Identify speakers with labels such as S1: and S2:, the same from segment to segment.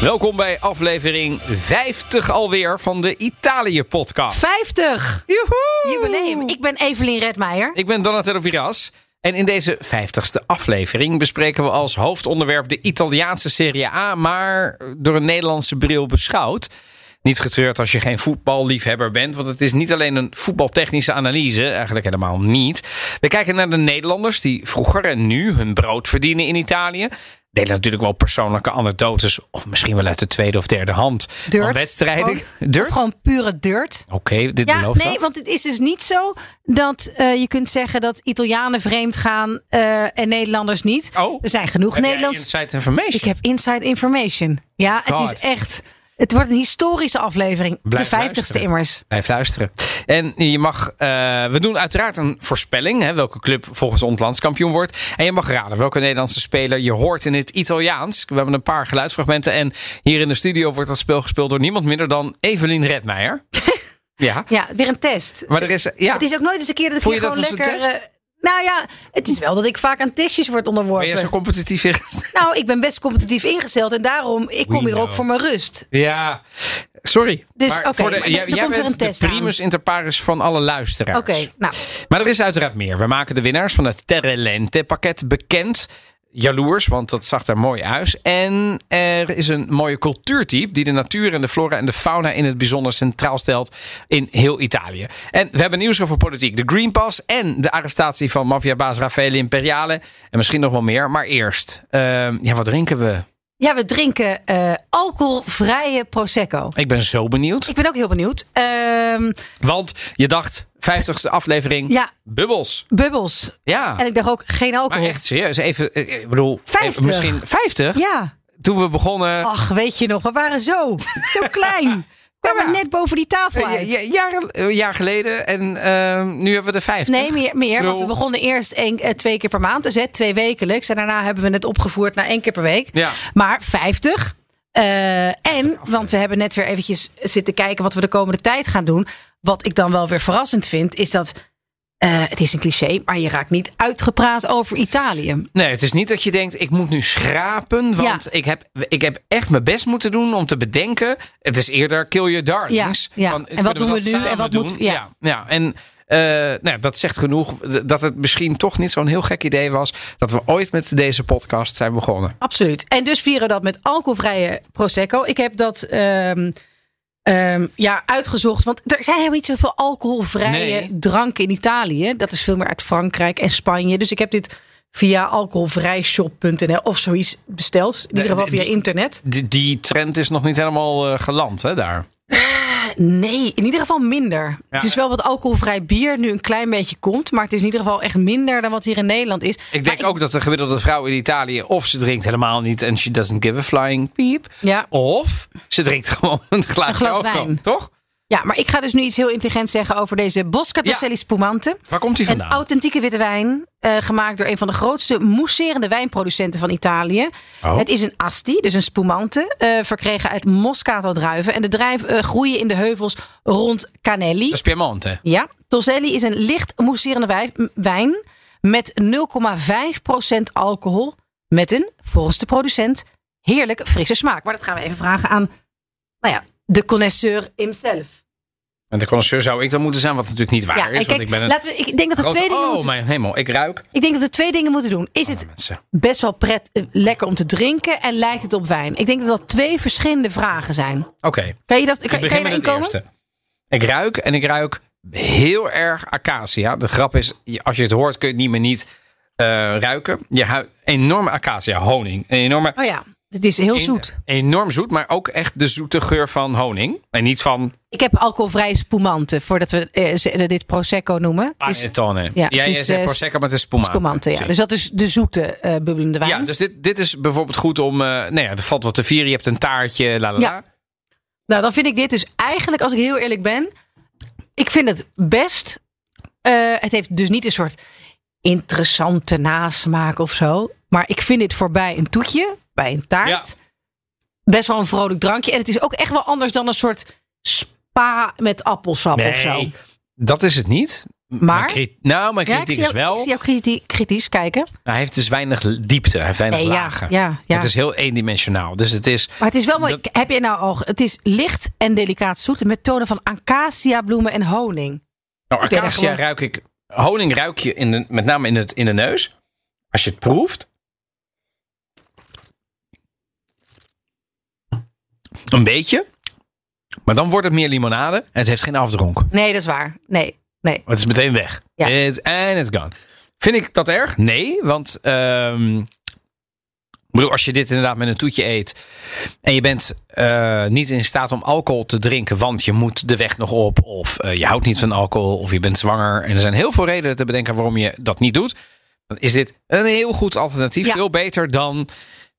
S1: Welkom bij aflevering 50 alweer van de Italië-podcast.
S2: 50!
S1: Joehoe!
S2: Jubileum. Ik ben Evelien Redmeijer.
S1: Ik ben Donatello Viras. En in deze 50ste aflevering bespreken we als hoofdonderwerp de Italiaanse Serie A, maar door een Nederlandse bril beschouwd. Niet getreurd als je geen voetballiefhebber bent, want het is niet alleen een voetbaltechnische analyse, eigenlijk helemaal niet. We kijken naar de Nederlanders die vroeger en nu hun brood verdienen in Italië. Delen natuurlijk wel persoonlijke anekdotes, of misschien wel uit de tweede of derde hand.
S2: Dirt.
S1: Van wedstrijden.
S2: Gewoon-
S1: Dirt?
S2: Of gewoon pure dirt.
S1: Oké, dit
S2: Ja,
S1: belooft
S2: nee,
S1: dat.
S2: want het is dus niet zo dat eh, je kunt zeggen dat Italianen vreemd gaan eh, en Nederlanders niet.
S1: Oh.
S2: er zijn genoeg
S1: Heb jij
S2: Nederlands.
S1: inside information?
S2: Ik heb inside information. Ja,
S1: God.
S2: het is echt. Het wordt een historische aflevering.
S1: Blijf
S2: de vijftigste
S1: luisteren.
S2: immers.
S1: Blijf luisteren. En je mag, eh, we doen uiteraard een voorspelling. Hè, welke club volgens ons landskampioen wordt. En je mag raden welke Nederlandse speler je hoort in het Italiaans. We hebben een paar geluidsfragmenten. En hier in de studio wordt dat spel gespeeld door niemand minder dan Evelien Redmeijer. ja.
S2: Ja, weer een test.
S1: Maar er is. Ja,
S2: Het is ook nooit eens een keer dat ik
S1: Voel
S2: hier
S1: je dat
S2: gewoon
S1: als een
S2: lekker.
S1: test?
S2: eh, nou ja, het is wel dat ik vaak aan testjes word
S1: ben je
S2: onderworpen.
S1: zo competitief ingesteld?
S2: Nou, ik ben best competitief ingesteld en daarom ik kom hier
S1: know.
S2: ook voor mijn rust.
S1: Ja, sorry.
S2: Dus,
S1: Maar
S2: oké,
S1: voor de-
S2: maar er-
S1: jij,
S2: er
S1: jij
S2: komt weer
S1: bent
S2: een test
S1: de
S2: aan.
S1: primus inter pares van alle luisteraars.
S2: Oké, nou,
S1: Maar er is uiteraard meer. We maken de winnaars van het Terrelente pakket bekend. Jaloers, want dat zag er mooi uit. En er is een mooie cultuurtype die de natuur en de flora en de fauna in het bijzonder centraal stelt in heel Italië. En we hebben nieuws over politiek. De Green Pass en de arrestatie van maffiabaas Raffaele Imperiale. En misschien nog wel meer. Maar eerst, ehm, ja, wat drinken we?
S2: ja, we drinken eh, alcoholvrije Prosecco.
S1: Ik ben zo benieuwd.
S2: Ik ben ook heel benieuwd. Ehm,
S1: Want je dacht, 50ste aflevering,
S2: ja,
S1: bubbels.
S2: bubbels.
S1: Ja,
S2: En ik dacht ook geen
S1: maar
S2: alcohol.
S1: echt serieus. Even, eh, ik bedoel, eh,
S2: 50.
S1: misschien 50?
S2: Ja.
S1: toen we begonnen.
S2: Ach, weet je nog, we waren zo, zo klein. We waren net boven die tafel
S1: eh, ja-
S2: uit.
S1: ja- jaren, eh, jaar geleden en eh, nu hebben we de 50.
S2: Nee, meer, meer want we
S1: Bedoel-
S2: begonnen eerst één, eh, twee keer per maand. Dus hè, twee wekelijks. En daarna hebben we het opgevoerd naar één keer per week.
S1: Ja.
S2: Maar 50. eh, en, want we hebben net weer eventjes zitten kijken wat we de komende tijd gaan doen. Wat ik dan wel weer verrassend vind, is dat... eh, het is een cliché, maar je raakt niet uitgepraat over Italië.
S1: Nee, het is niet dat je denkt, ik moet nu schrapen. Want
S2: Ja.
S1: ik, heb, ik heb echt mijn best moeten doen om te bedenken. Het is eerder kill your darlings.
S2: Ja, ja.
S1: Van,
S2: En
S1: kunnen
S2: wat doen we
S1: dat
S2: nu en
S1: samen
S2: wat
S1: doen?
S2: moet-
S1: ja.
S2: ja.
S1: Ja, en eh, nou, ja, dat zegt genoeg dat het misschien toch niet zo'n heel gek idee was... dat we ooit met deze podcast zijn begonnen.
S2: Absoluut. En dus vieren we dat met alcoholvrije Prosecco. Ik heb dat ehm, ehm, ja, uitgezocht. Want er zijn helemaal niet zoveel alcoholvrije
S1: Nee.
S2: dranken in Italië. Dat is veel meer uit Frankrijk en Spanje. Dus ik heb dit via alcoholvrijshop.nl of zoiets besteld. In ieder geval
S1: die-
S2: via internet.
S1: Die, die trend is nog niet helemaal eh, geland, hè, daar.
S2: Nee, in ieder geval minder. het is wel wat alcoholvrij bier nu een klein beetje komt. Maar het is in ieder geval echt minder dan wat hier in Nederland is.
S1: Ik denk ook dat de gemiddelde vrouw in Italië... of ze drinkt helemaal niet en she doesn't give a flying peep...
S2: Ja.
S1: Of ze drinkt gewoon een glaasje
S2: Een glas
S1: alcohol,
S2: wijn.
S1: Toch?
S2: ja, maar ik ga dus nu iets heel intelligents zeggen over deze Boscatelli
S1: Ja.
S2: Spumante.
S1: Waar komt hij
S2: Een
S1: vandaan?
S2: authentieke witte wijn, eh, gemaakt door een van de grootste mousserende wijnproducenten van Italië.
S1: Oh.
S2: Het is een asti, dus een spumante, eh, verkregen uit Moscato-druiven. En de druiven eh, groeien in de heuvels rond Canelli.
S1: Dat is Piemonte.
S2: Ja, Toselli is een licht mousserende wij- m- wijn met 0,5% alcohol. Met een, volgens de producent, heerlijk frisse smaak. Maar dat gaan we even vragen aan nou ja, de connoisseur himself.
S1: En de connoisseur zou ik dan moeten zijn, wat natuurlijk niet waar
S2: Ja,
S1: is.
S2: en
S1: want
S2: kijk,
S1: ik ben een
S2: laten we, ik denk dat we
S1: grote...
S2: twee dingen
S1: oh,
S2: moeten
S1: mijn hemel. Ik ruik.
S2: ik denk dat we twee dingen moeten doen. Is het
S1: Mensen.
S2: best wel pret, eh, lekker om te drinken en lijkt het op wijn? Ik denk dat dat twee verschillende vragen zijn.
S1: Oké,
S2: Kan je, dat, kan,
S1: ik
S2: kan
S1: begin
S2: je
S1: met
S2: erin
S1: het
S2: komen?
S1: eerste. Ik ruik en ik ruik heel erg acacia. De grap is, je- als je het hoort kun je het niet meer niet eh, ruiken. Je huid, enorme acacia, honing. Een enorme...
S2: Oh ja, het is heel zoet.
S1: een- enorm zoet, maar ook echt de zoete geur van honing. En niet van
S2: Ik heb alcoholvrije spumante, voordat we eh, ze- dit prosecco noemen.
S1: Ah,
S2: Is
S1: panettone.
S2: ja,
S1: Jij
S2: dus,
S1: jij zegt
S2: eh,
S1: prosecco, maar het is spumante.
S2: spumante, ja.
S1: Precies. dus
S2: Dus dat is de zoete eh, bubbelende wijn.
S1: Ja, dus dit, dit is bijvoorbeeld goed om. eh nou ja, er valt wat te vieren. Je hebt een taartje, la la la.
S2: Ja. Nou, dan vind ik dit dus eigenlijk, als ik heel eerlijk ben, ik vind het best. Eh, het heeft dus niet een soort interessante nasmaak of zo. Maar ik vind dit voorbij een toetje, bij een taart. Best wel een vrolijk drankje. En het is ook echt wel anders dan een soort spa met appelsap of zo.
S1: dat is het niet.
S2: Maar-
S1: Mijn cri- nou, mijn
S2: Ja, ik
S1: kritiek
S2: zie
S1: is
S2: jou-
S1: wel.
S2: Ik zie jou kriti- kritisch kijken.
S1: hij heeft dus weinig diepte. Hij heeft weinig
S2: Nee, ja,
S1: lagen.
S2: ja, ja.
S1: Het is heel eendimensionaal. Dus het is.
S2: Maar het is wel mooi.
S1: Dat-
S2: Heb je nou al? Het is licht en delicaat zoet met tonen van acacia bloemen en honing.
S1: Nou,
S2: Ik ben er
S1: acacia
S2: gewoon-
S1: ruik ik. Honing ruik je in de, met name in, het, in de neus. Als je het proeft. Een beetje. Maar dan wordt het meer limonade. En het heeft geen afdronk.
S2: Nee, dat is waar. Nee, nee.
S1: Het is meteen weg.
S2: Ja.
S1: It's, and it's gone. Vind ik dat erg? Nee, want ehm, ik bedoel, als je dit inderdaad met een toetje eet en je bent eh, niet in staat om alcohol te drinken, want je moet de weg nog op, of eh, je houdt niet van alcohol, of je bent zwanger. En er zijn heel veel redenen te bedenken waarom je dat niet doet. Dan is dit een heel goed alternatief.
S2: Ja.
S1: Veel beter dan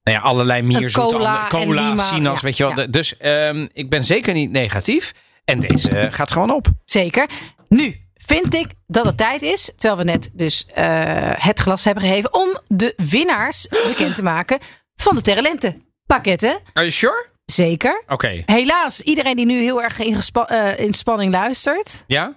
S1: nou ja, allerlei mierzoete
S2: cola
S1: andere-
S2: en
S1: cola
S2: lima.
S1: sinaas,
S2: Ja,
S1: weet je wel.
S2: ja.
S1: De- Dus ehm, ik ben zeker niet negatief. En deze eh, gaat gewoon op.
S2: Zeker. Nu vind ik dat het tijd is, terwijl we net dus eh, het glas hebben gegeven, om de winnaars bekend te maken van de Terrelente pakketten.
S1: Are you sure?
S2: Zeker.
S1: Oké.
S2: Helaas, iedereen die nu heel erg in, gespa- eh, in spanning luistert,
S1: Ja?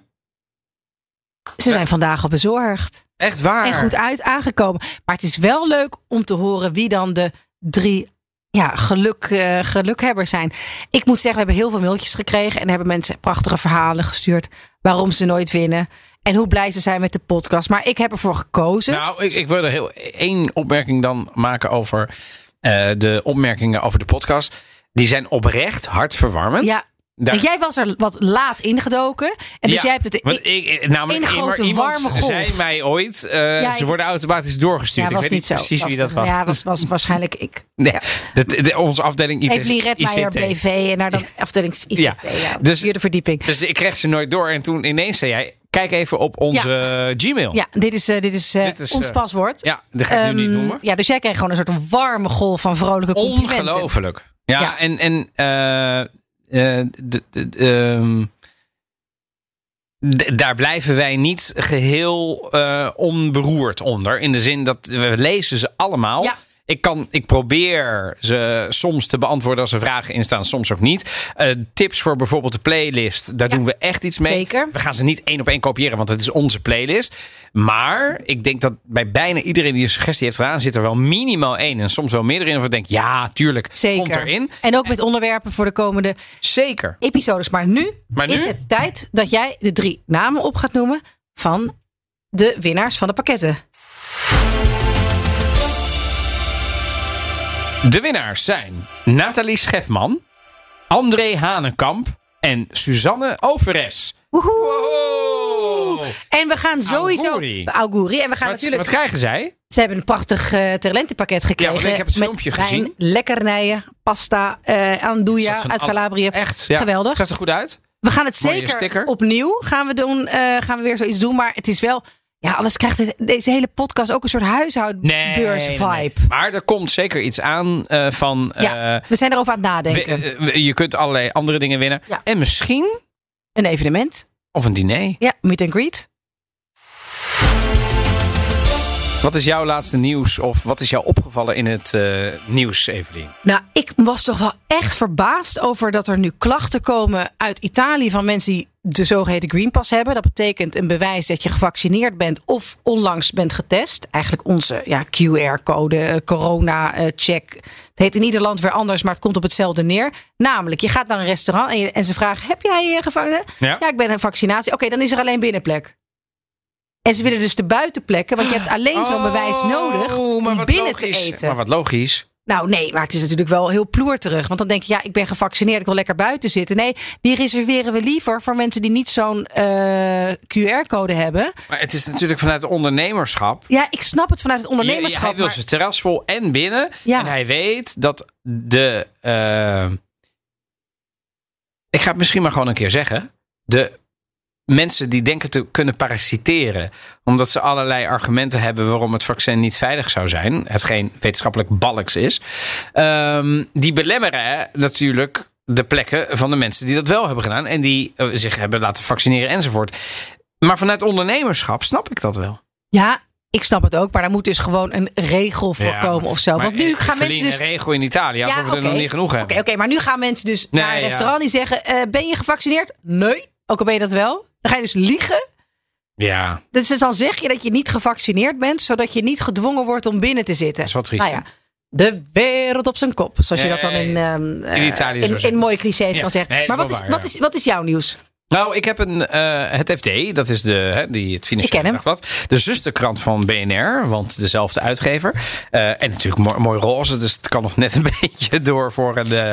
S2: ze zijn vandaag al bezorgd
S1: Echt waar?
S2: en goed uit aangekomen. Maar het is wel leuk om te horen wie dan de drie ja, geluk, eh, gelukhebbers zijn. Ik moet zeggen, we hebben heel veel mailtjes gekregen en hebben mensen prachtige verhalen gestuurd waarom ze nooit winnen. En hoe blij ze zijn met de podcast. Maar ik heb ervoor gekozen.
S1: Nou, ik, ik wil er heel één opmerking dan maken over eh, de opmerkingen over de podcast. Die zijn oprecht hartverwarmend.
S2: ja.
S1: Daar-
S2: En jij was er wat laat ingedoken. En dus
S1: Ja,
S2: jij hebt het.
S1: want
S2: ik-
S1: ik, ik- namelijk,
S2: één
S1: maar
S2: grote
S1: iemand
S2: warme golf.
S1: zei mij ooit, eh,
S2: Ja,
S1: ze
S2: ik-
S1: worden automatisch
S2: ja,
S1: doorgestuurd.
S2: was
S1: ik weet
S2: niet zo.
S1: precies wie dat
S2: te-
S1: was.
S2: Ja, was, was waarschijnlijk ik.
S1: Nee, dat, de- onze afdeling IT.
S2: Evelien Redmeijer,
S1: ICT.
S2: BV. En naar dan afdeling ICT. Ja,
S1: Dus-
S2: vierde verdieping.
S1: Dus ik kreeg ze nooit door. En toen ineens zei jij, kijk even op onze Gmail.
S2: Ja, dit is, eh, dit is, eh,
S1: Dit is,
S2: ons
S1: eh,
S2: paswoord.
S1: Ja, dat ga ik nu niet
S2: Ehm,
S1: noemen.
S2: Ja, dus jij kreeg gewoon een soort warme golf van vrolijke complimenten.
S1: Ongelooflijk. Ja,
S2: Ja.
S1: en, en eh, eh, d- d- ehm, d- daar blijven wij niet geheel eh, onberoerd onder. In de zin dat we lezen ze allemaal.
S2: Ja.
S1: Ik, kan, ik probeer ze soms te beantwoorden als er vragen in staan, soms ook niet. Eh, tips voor bijvoorbeeld de playlist, daar
S2: Ja.
S1: doen we echt iets mee.
S2: Zeker.
S1: We gaan ze niet één op één kopiëren, want het is onze playlist. Maar ik denk dat bij bijna iedereen die een suggestie heeft gedaan, zit er wel minimaal één en soms wel meerdere in. Of ik denk, ja, tuurlijk,
S2: Zeker.
S1: komt erin.
S2: En ook met onderwerpen voor de komende
S1: Zeker.
S2: episodes. Maar nu
S1: Maar nu?
S2: is het tijd dat jij de drie namen op gaat noemen van de winnaars van de pakketten.
S1: De winnaars zijn Nathalie Schefman, André Hanenkamp en Suzanne Overes.
S2: Woehoe.
S1: Wow.
S2: En we gaan sowieso...
S1: Auguri.
S2: Auguri. En we gaan
S1: Wat,
S2: natuurlijk...
S1: wat krijgen zij?
S2: Ze hebben een prachtig eh talentenpakket gekregen.
S1: want ik heb het
S2: met
S1: filmpje
S2: wijn,
S1: gezien.
S2: lekkernijen, pasta, eh andouille
S1: Zag zo'n
S2: uit
S1: an-
S2: Calabrië.
S1: Echt, ja.
S2: Geweldig.
S1: Zag er goed uit?
S2: We gaan het
S1: Mooie
S2: zeker
S1: sticker.
S2: opnieuw gaan we doen. eh, gaan we weer zoiets doen. Maar het is wel. Ja, anders krijgt het- deze hele podcast ook een soort
S1: Nee.
S2: huishoudbeurs-vibe.
S1: nee, nee. Maar er komt zeker iets aan eh, van...
S2: Ja,
S1: eh,
S2: we zijn erover aan het nadenken.
S1: we- eh, we- je kunt allerlei andere dingen winnen.
S2: Ja.
S1: En misschien,
S2: een evenement.
S1: of een diner.
S2: Ja, meet and greet.
S1: Wat is jouw laatste nieuws of wat is jou opgevallen in het eh, nieuws, Evelien?
S2: Nou, ik was toch wel echt verbaasd over dat er nu klachten komen uit Italië van mensen die de zogeheten Green Pass hebben. Dat betekent een bewijs dat je gevaccineerd bent of onlangs bent getest. Eigenlijk onze ja, QR-code, corona-check. eh, het heet in ieder land weer anders, maar het komt op hetzelfde neer. Namelijk, je gaat naar een restaurant en, je- en ze vragen: Heb jij je gevangen?
S1: Ja.
S2: ik ben een vaccinatie. Oké, dan is er alleen binnenplek. En ze willen dus de buitenplekken, want je hebt alleen zo'n bewijs nodig
S1: Oh, maar
S2: om
S1: wat
S2: binnen
S1: logisch.
S2: te eten.
S1: Maar wat logisch.
S2: Nou, nee, maar het is natuurlijk wel heel ploerterig. Want dan denk je, ja, ik ben gevaccineerd, ik wil lekker buiten zitten. Nee, die reserveren we liever voor mensen die niet zo'n eh, QR-code hebben.
S1: Maar het is natuurlijk vanuit het ondernemerschap.
S2: Ja, ik snap het vanuit het
S1: Je- Hij
S2: ondernemerschap.
S1: wil
S2: Maar,
S1: zijn terras vol en binnen.
S2: Ja.
S1: En hij weet dat de... eh, ik ga het misschien maar gewoon een keer zeggen. De mensen die denken te kunnen parasiteren... omdat ze allerlei argumenten hebben... waarom het vaccin niet veilig zou zijn... hetgeen wetenschappelijk balks is... ehm, die belemmeren natuurlijk de plekken van de mensen die dat wel hebben gedaan. En die eh, zich hebben laten vaccineren enzovoort. Maar vanuit ondernemerschap snap ik dat wel.
S2: Ja, ik snap het ook. Maar daar moet dus gewoon een regel voor komen of zo.
S1: Maar eh,
S2: Want nu
S1: ik
S2: gaan
S1: verleen
S2: mensen dus...
S1: een regel in Italië, alsof we er nog
S2: oké.
S1: niet genoeg hebben.
S2: Oké, oké, maar nu gaan mensen dus
S1: Nee,
S2: naar een
S1: ja.
S2: restaurant die zeggen: eh, Ben je gevaccineerd? Nee. Ook al ben je dat wel. Dan ga je dus liegen.
S1: Ja,
S2: Dus dan zeg je dat je niet gevaccineerd bent, zodat je niet gedwongen wordt om binnen te zitten.
S1: Dat is wat triest,
S2: Nou ja, de wereld op zijn kop. Zoals je
S1: Ja,
S2: dat
S1: ja,
S2: dan
S1: ja.
S2: in, ehm, eh,
S1: Italië zou
S2: in, in
S1: zeggen.
S2: mooie clichés
S1: Ja.
S2: kan zeggen.
S1: Nee, dat
S2: maar
S1: is
S2: wat
S1: wel
S2: is,
S1: waar,
S2: wat,
S1: ja.
S2: is, wat is jouw nieuws?
S1: Nou, ik heb een, eh, het FD, dat is de, hè, die, het
S2: Ik
S1: Financiële
S2: ken hem.
S1: Dagblad. De zusterkrant van BNR, want dezelfde uitgever. Eh, en natuurlijk mooi, mooi roze, dus het kan nog net een beetje door voor een eh,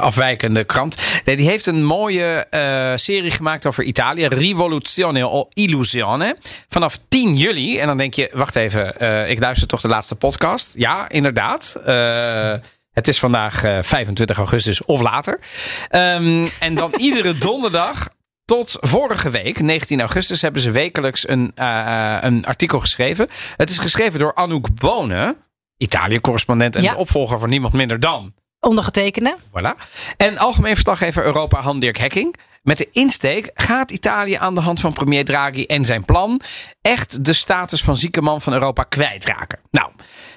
S1: afwijkende krant. Nee, die heeft een mooie eh, serie gemaakt over Italië. Rivoluzione o Illusione. Vanaf 10 juli. En dan denk je, wacht even, eh, ik luister toch de laatste podcast? Ja, inderdaad. Eh, het is vandaag eh, 25 augustus of later. Ehm, en dan iedere donderdag tot vorige week, 19 augustus, hebben ze wekelijks een, eh, een artikel geschreven. Het is geschreven door Anouk Bonen, Italië-correspondent en
S2: Ja.
S1: de opvolger van niemand minder dan.
S2: Ondergetekende.
S1: Voilà. En algemeen verslaggever Europa Han-Dirk Hekking. Met de insteek gaat Italië aan de hand van premier Draghi en zijn plan echt de status van zieke man van Europa kwijtraken. Nou,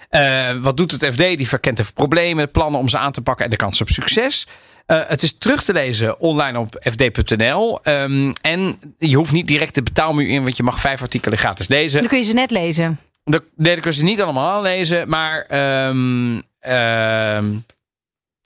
S1: eh, wat doet het FD? Die verkent de problemen, plannen om ze aan te pakken en de kans op succes. Eh, het is terug te lezen online op fd.nl. Ehm, en je hoeft niet direct de betaalmuur in, want je mag vijf artikelen gratis lezen.
S2: Dan kun je ze net lezen.
S1: De, nee, dat kun je ze niet allemaal lezen, maar ehm, ehm,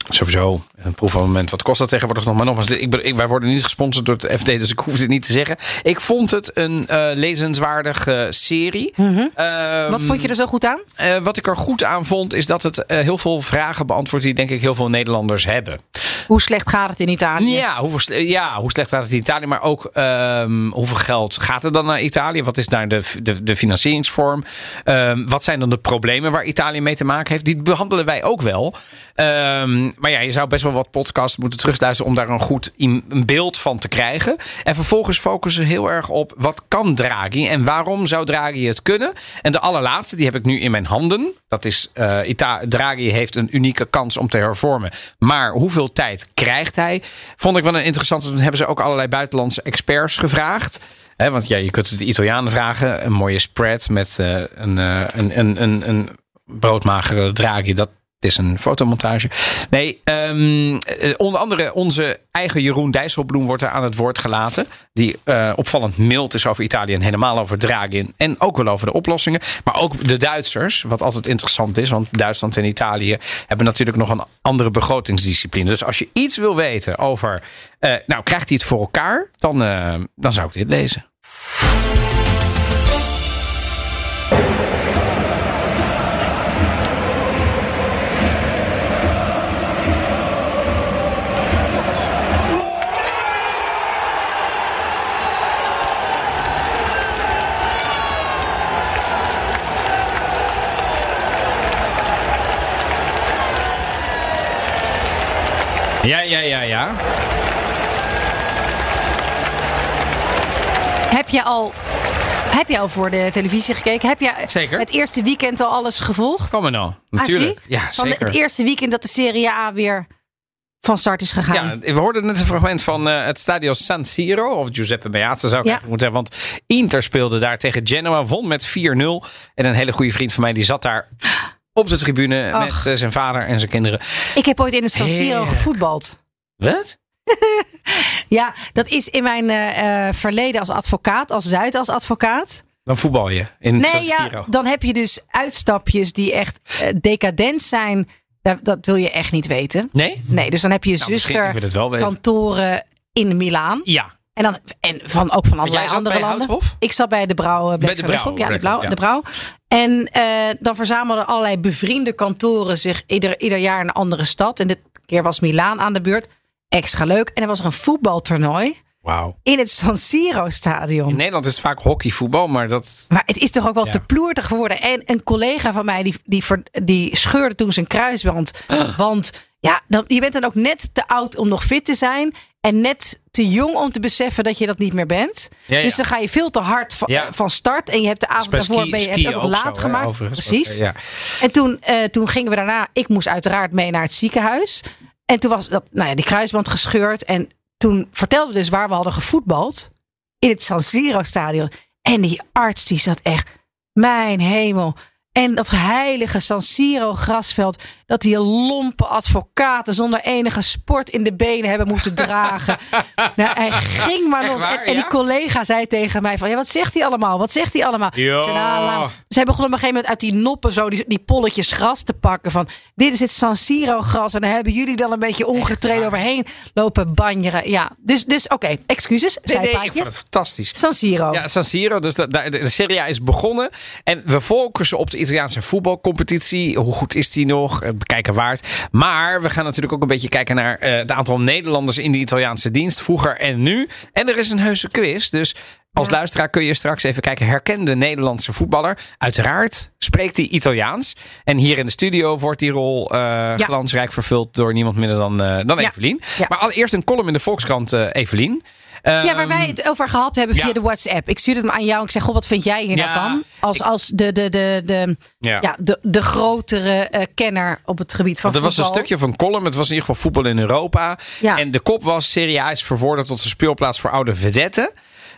S1: sowieso een proefmoment. Wat kost dat tegenwoordig nog? Maar nogmaals, ik, ben- ik- wij worden niet gesponsord door het FD, dus ik hoef dit niet te zeggen. Ik vond het een eh, lezenswaardige serie. Ehm,
S2: Wat vond je er zo goed aan?
S1: eh, wat ik er goed aan vond, is dat het eh, heel veel vragen beantwoordt die denk ik heel veel Nederlanders hebben.
S2: Hoe slecht gaat het in Italië?
S1: Ja, hoe, vers- ja, hoe slecht gaat het in Italië? Maar ook ehm, hoeveel geld gaat er dan naar Italië? Wat is daar de, de, de financieringsvorm? Ehm, wat zijn dan de problemen waar Italië mee te maken heeft? Die behandelen wij ook wel. Ehm, maar ja, je zou best wel wat podcasts moeten terugluisteren... om daar een goed im- een beeld van te krijgen. En vervolgens focussen we heel erg op wat kan Draghi... en waarom zou Draghi het kunnen? En de allerlaatste, die heb ik nu in mijn handen. Dat is eh, Ita- Draghi heeft een unieke kans om te hervormen. Maar hoeveel tijd krijgt hij? Vond ik wel een interessante. Toen hebben ze ook allerlei buitenlandse experts gevraagd. Hè, want ja, je kunt het de Italianen vragen. Een mooie spread met eh, een, eh, een, een, een, een broodmagere Draghi. Dat is een fotomontage. Nee, ehm, eh, onder andere onze eigen Jeroen Dijsselbloem wordt er aan het woord gelaten. Die eh, opvallend mild is over Italië en helemaal over Draghi. En ook wel over de oplossingen. Maar ook de Duitsers, wat altijd interessant is. Want Duitsland en Italië hebben natuurlijk nog een andere begrotingsdiscipline. Dus als je iets wil weten over, eh, nou krijgt hij het voor elkaar? Dan, eh, dan zou ik dit lezen. Ja, ja, ja, ja.
S2: Heb je al. Heb je al voor de televisie gekeken? Heb je
S1: Zeker.
S2: het eerste weekend al alles gevolgd?
S1: Kom maar nou.
S2: Ah, zie?
S1: Natuurlijk. ja,
S2: Van
S1: zeker.
S2: het eerste weekend dat de Serie A weer van start is gegaan.
S1: Ja, we hoorden net een fragment van eh, het Stadio San Siro. Of Giuseppe Meazza zou ik
S2: Ja.
S1: eigenlijk moeten zeggen. Want Inter speelde daar tegen Genoa. Won met 4-0. En een hele goede vriend van mij die zat daar op de tribune
S2: Ach.
S1: met eh, zijn vader en zijn kinderen.
S2: Ik heb ooit in de San Siro
S1: Heerlijk.
S2: gevoetbald.
S1: Wat?
S2: Ja, dat is in mijn eh, eh, verleden als advocaat, als Zuid als advocaat.
S1: Dan voetbal je in San
S2: Nee,
S1: Siro.
S2: ja, dan heb je dus uitstapjes die echt eh, decadent zijn. Dat, dat wil je echt niet weten.
S1: Nee?
S2: Nee, dus dan heb je
S1: Nou, misschien, ik wil
S2: zuster
S1: het wel weten.
S2: kantoren in Milaan.
S1: Ja.
S2: En, dan, en van, ook van allerlei
S1: jij zat
S2: andere
S1: bij
S2: landen.
S1: Houthof?
S2: Ik zat bij de Brouw eh, Black
S1: Bij de
S2: van
S1: Brouw,
S2: Westbroek. Ja,
S1: Black,
S2: de, Brouw,
S1: ja.
S2: de Brouw. En eh, dan verzamelden allerlei bevriende kantoren zich ieder, ieder jaar in een andere stad. En dit keer was Milaan aan de beurt. Extra leuk. En er was er een voetbaltoernooi
S1: Wauw.
S2: in het San Siro stadion.
S1: In Nederland is het vaak hockeyvoetbal, maar dat...
S2: Maar het is toch ook wel
S1: Ja.
S2: te ploertig geworden. En een collega van mij die, die, ver- die scheurde toen zijn kruisband.
S1: Ah.
S2: Want ja, dan, je bent dan ook net te oud om nog fit te zijn. En net te jong om te beseffen dat je dat niet meer bent.
S1: Ja, ja.
S2: Dus dan ga je veel te hard van,
S1: Ja.
S2: van start. En je hebt de avond
S1: bij
S2: daarvoor
S1: ski-
S2: ben je
S1: skiën
S2: hebt ook
S1: ook
S2: laat
S1: zo, hè,
S2: gemaakt.
S1: overigens.
S2: Precies.
S1: Ja.
S2: En toen, eh, toen gingen we daarna. Ik moest uiteraard mee naar het ziekenhuis. En toen was dat, nou ja, die kruisband gescheurd. En toen vertelden we dus waar we hadden gevoetbald. In het San Siro stadion. En die arts die zat echt, mijn hemel. En dat heilige San Siro grasveld. Dat die lompe advocaten zonder enige sport in de benen hebben moeten dragen. nou, hij ging maar
S1: Echt
S2: los.
S1: waar,
S2: en, en
S1: ja?
S2: die collega zei tegen mij van, ja, wat zegt hij allemaal? Wat zegt hij allemaal?
S1: Ja.
S2: Ik zei, nou, laat- Zij begonnen op een gegeven moment uit die noppen zo die, die polletjes gras te pakken. Van dit is het San Siro gras. En daar hebben jullie dan een beetje ongetreden overheen lopen banjeren. Ja, dus, dus oké, excuses.
S1: Nee, nee, ik
S2: zijpaadje.
S1: vond het fantastisch.
S2: San Siro.
S1: Ja, San Siro, dus da- daar- de Serie A is begonnen. En we focussen op de Italiaanse voetbalcompetitie. Hoe goed is die nog? Eh, Bekijken waard. Maar we gaan natuurlijk ook een beetje kijken naar eh, het aantal Nederlanders in de Italiaanse dienst. Vroeger en nu. En er is een heuse quiz. Dus als luisteraar kun je straks even kijken. Herkende Nederlandse voetballer. Uiteraard spreekt hij Italiaans. En hier in de studio wordt die rol eh, glansrijk vervuld door niemand minder dan, eh, dan
S2: Ja.
S1: Evelien.
S2: Ja.
S1: Maar allereerst een column in de Volkskrant, eh, Evelien.
S2: Ja, waar wij het over gehad hebben via
S1: ehm, ja.
S2: de WhatsApp. Ik stuurde het hem aan jou. Ik zeg, goh, wat vind jij hier nou
S1: Ja,
S2: van? Als, als de, de, de, de,
S1: Ja.
S2: ja. de, de grotere eh, kenner op het gebied van
S1: Want er was een
S2: voetbal.
S1: stukje van column. Het was in ieder geval voetbal in Europa.
S2: Ja.
S1: En de kop was Serie A is vervorderd tot een speelplaats voor oude vedetten.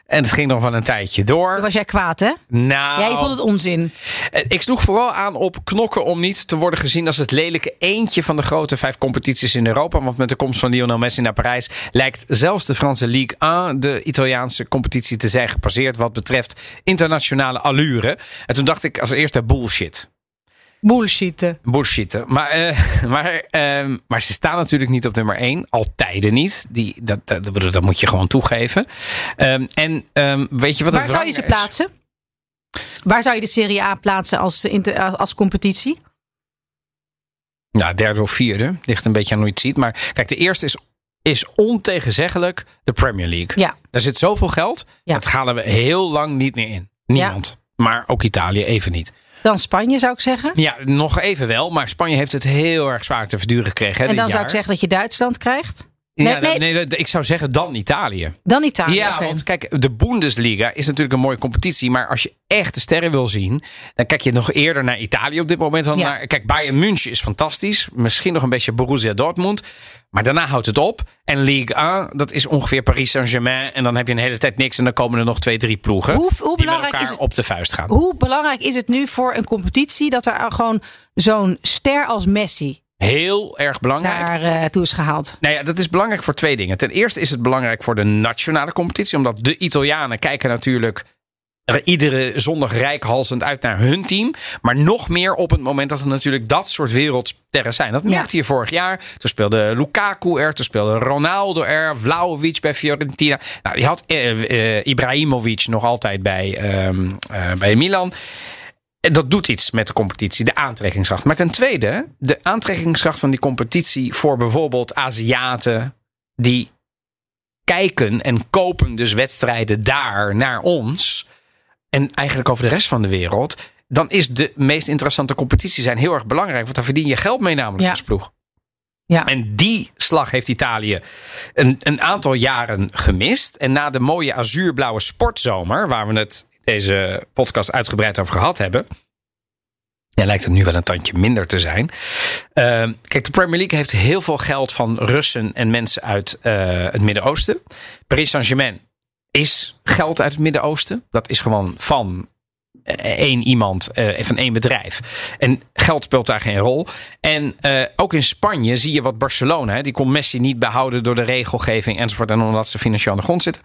S1: En het ging nog wel een tijdje door.
S2: Toen was jij kwaad, hè?
S1: Nou,
S2: Jij vond het onzin.
S1: eh, ik sloeg vooral aan op knokken om niet te worden gezien als het lelijke eentje van de grote vijf competities in Europa. Want met de komst van Lionel Messi naar Parijs lijkt zelfs de Franse Ligue 1 de Italiaanse competitie te zijn gepasseerd wat betreft internationale allure. En toen dacht ik als eerste bullshit
S2: Bullshitten.
S1: bullshitten. Maar, eh, maar, ehm, maar ze staan natuurlijk niet op nummer 1. Altijd niet. Die, dat, dat, ik bedoel, dat moet je gewoon toegeven. Ehm, en ehm, weet je wat
S2: Waar
S1: het
S2: zou je ze
S1: wranger is?
S2: plaatsen? Waar zou je de Serie A plaatsen als, eh, inter- als competitie?
S1: Nou, derde of vierde. Ligt een beetje aan hoe je het ziet. Maar kijk, de eerste is, is ontegenzeggelijk de Premier League.
S2: Ja.
S1: Daar zit zoveel geld.
S2: Ja.
S1: Dat halen we heel lang niet meer in. Niemand. Maar ook Italië even niet.
S2: Dan Spanje zou ik zeggen.
S1: Ja, nog even wel. Maar Spanje heeft het heel erg zwaar te verduren gekregen. Hè,
S2: en
S1: dit
S2: dan zou
S1: jaar.
S2: ik zeggen dat je Duitsland krijgt.
S1: Ja,
S2: nee, nee.
S1: nee, ik zou zeggen dan Italië.
S2: Dan Italië.
S1: Ja,
S2: oké.
S1: want kijk, de Bundesliga is natuurlijk een mooie competitie. Maar als je echt de sterren wil zien, dan kijk je nog eerder naar Italië op dit moment. Dan
S2: Ja.
S1: naar, kijk, Bayern München is fantastisch. Misschien nog een beetje Borussia Dortmund. Maar daarna houdt het op. En Ligue 1, dat is ongeveer Paris Saint-Germain. En dan heb je een hele tijd niks. En dan komen er nog twee, drie ploegen.
S2: Hoe- hoe
S1: die met
S2: belangrijk
S1: elkaar
S2: is het-
S1: op de vuist gaan.
S2: Hoe belangrijk is het nu voor een competitie dat er gewoon zo'n ster als Messi
S1: Heel erg belangrijk.
S2: naar eh, toe is gehaald?
S1: Nou ja, dat is belangrijk voor twee dingen. Ten eerste is het belangrijk voor de nationale competitie, omdat de Italianen kijken natuurlijk eh, iedere zondag rijkhalsend uit naar hun team. Maar nog meer op het moment dat er natuurlijk dat soort wereldsterren zijn. Dat merkte je vorig jaar. Toen speelde Lukaku er, toen speelde Ronaldo er, Vlaovic bij Fiorentina. Nou, die had eh, eh, Ibrahimovic nog altijd bij, ehm, eh, bij Milan. En dat doet iets met de competitie, de aantrekkingskracht. Maar ten tweede, de aantrekkingskracht van die competitie voor bijvoorbeeld Aziaten die kijken en kopen dus wedstrijden daar naar ons en eigenlijk over de rest van de wereld, dan is de meest interessante competitie zijn heel erg belangrijk, want daar verdien je geld mee namelijk
S2: Ja.
S1: als ploeg.
S2: Ja.
S1: En die slag heeft Italië een, een aantal jaren gemist. En na de mooie azuurblauwe sportzomer, waar we het deze podcast uitgebreid over gehad hebben, ja, lijkt het nu wel een tandje minder te zijn. Ehm, kijk, de Premier League heeft heel veel geld van Russen en mensen uit eh, het Midden-Oosten. Paris Saint-Germain is geld uit het Midden-Oosten. Dat is gewoon van eh, één iemand, eh, van één bedrijf. En geld speelt daar geen rol. En eh, ook in Spanje zie je wat Barcelona, hè, die kon Messi niet behouden door de regelgeving enzovoort. En omdat ze financieel aan de grond zitten.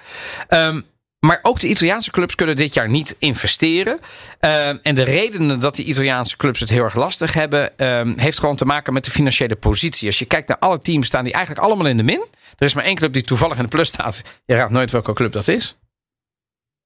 S1: Ehm, maar ook de Italiaanse clubs kunnen dit jaar niet investeren. Ehm, en de redenen dat die Italiaanse clubs het heel erg lastig hebben, ehm, heeft gewoon te maken met de financiële positie. Als je kijkt naar alle teams, staan die eigenlijk allemaal in de min. Er is maar één club die toevallig in de plus staat. Je raadt nooit welke club dat is.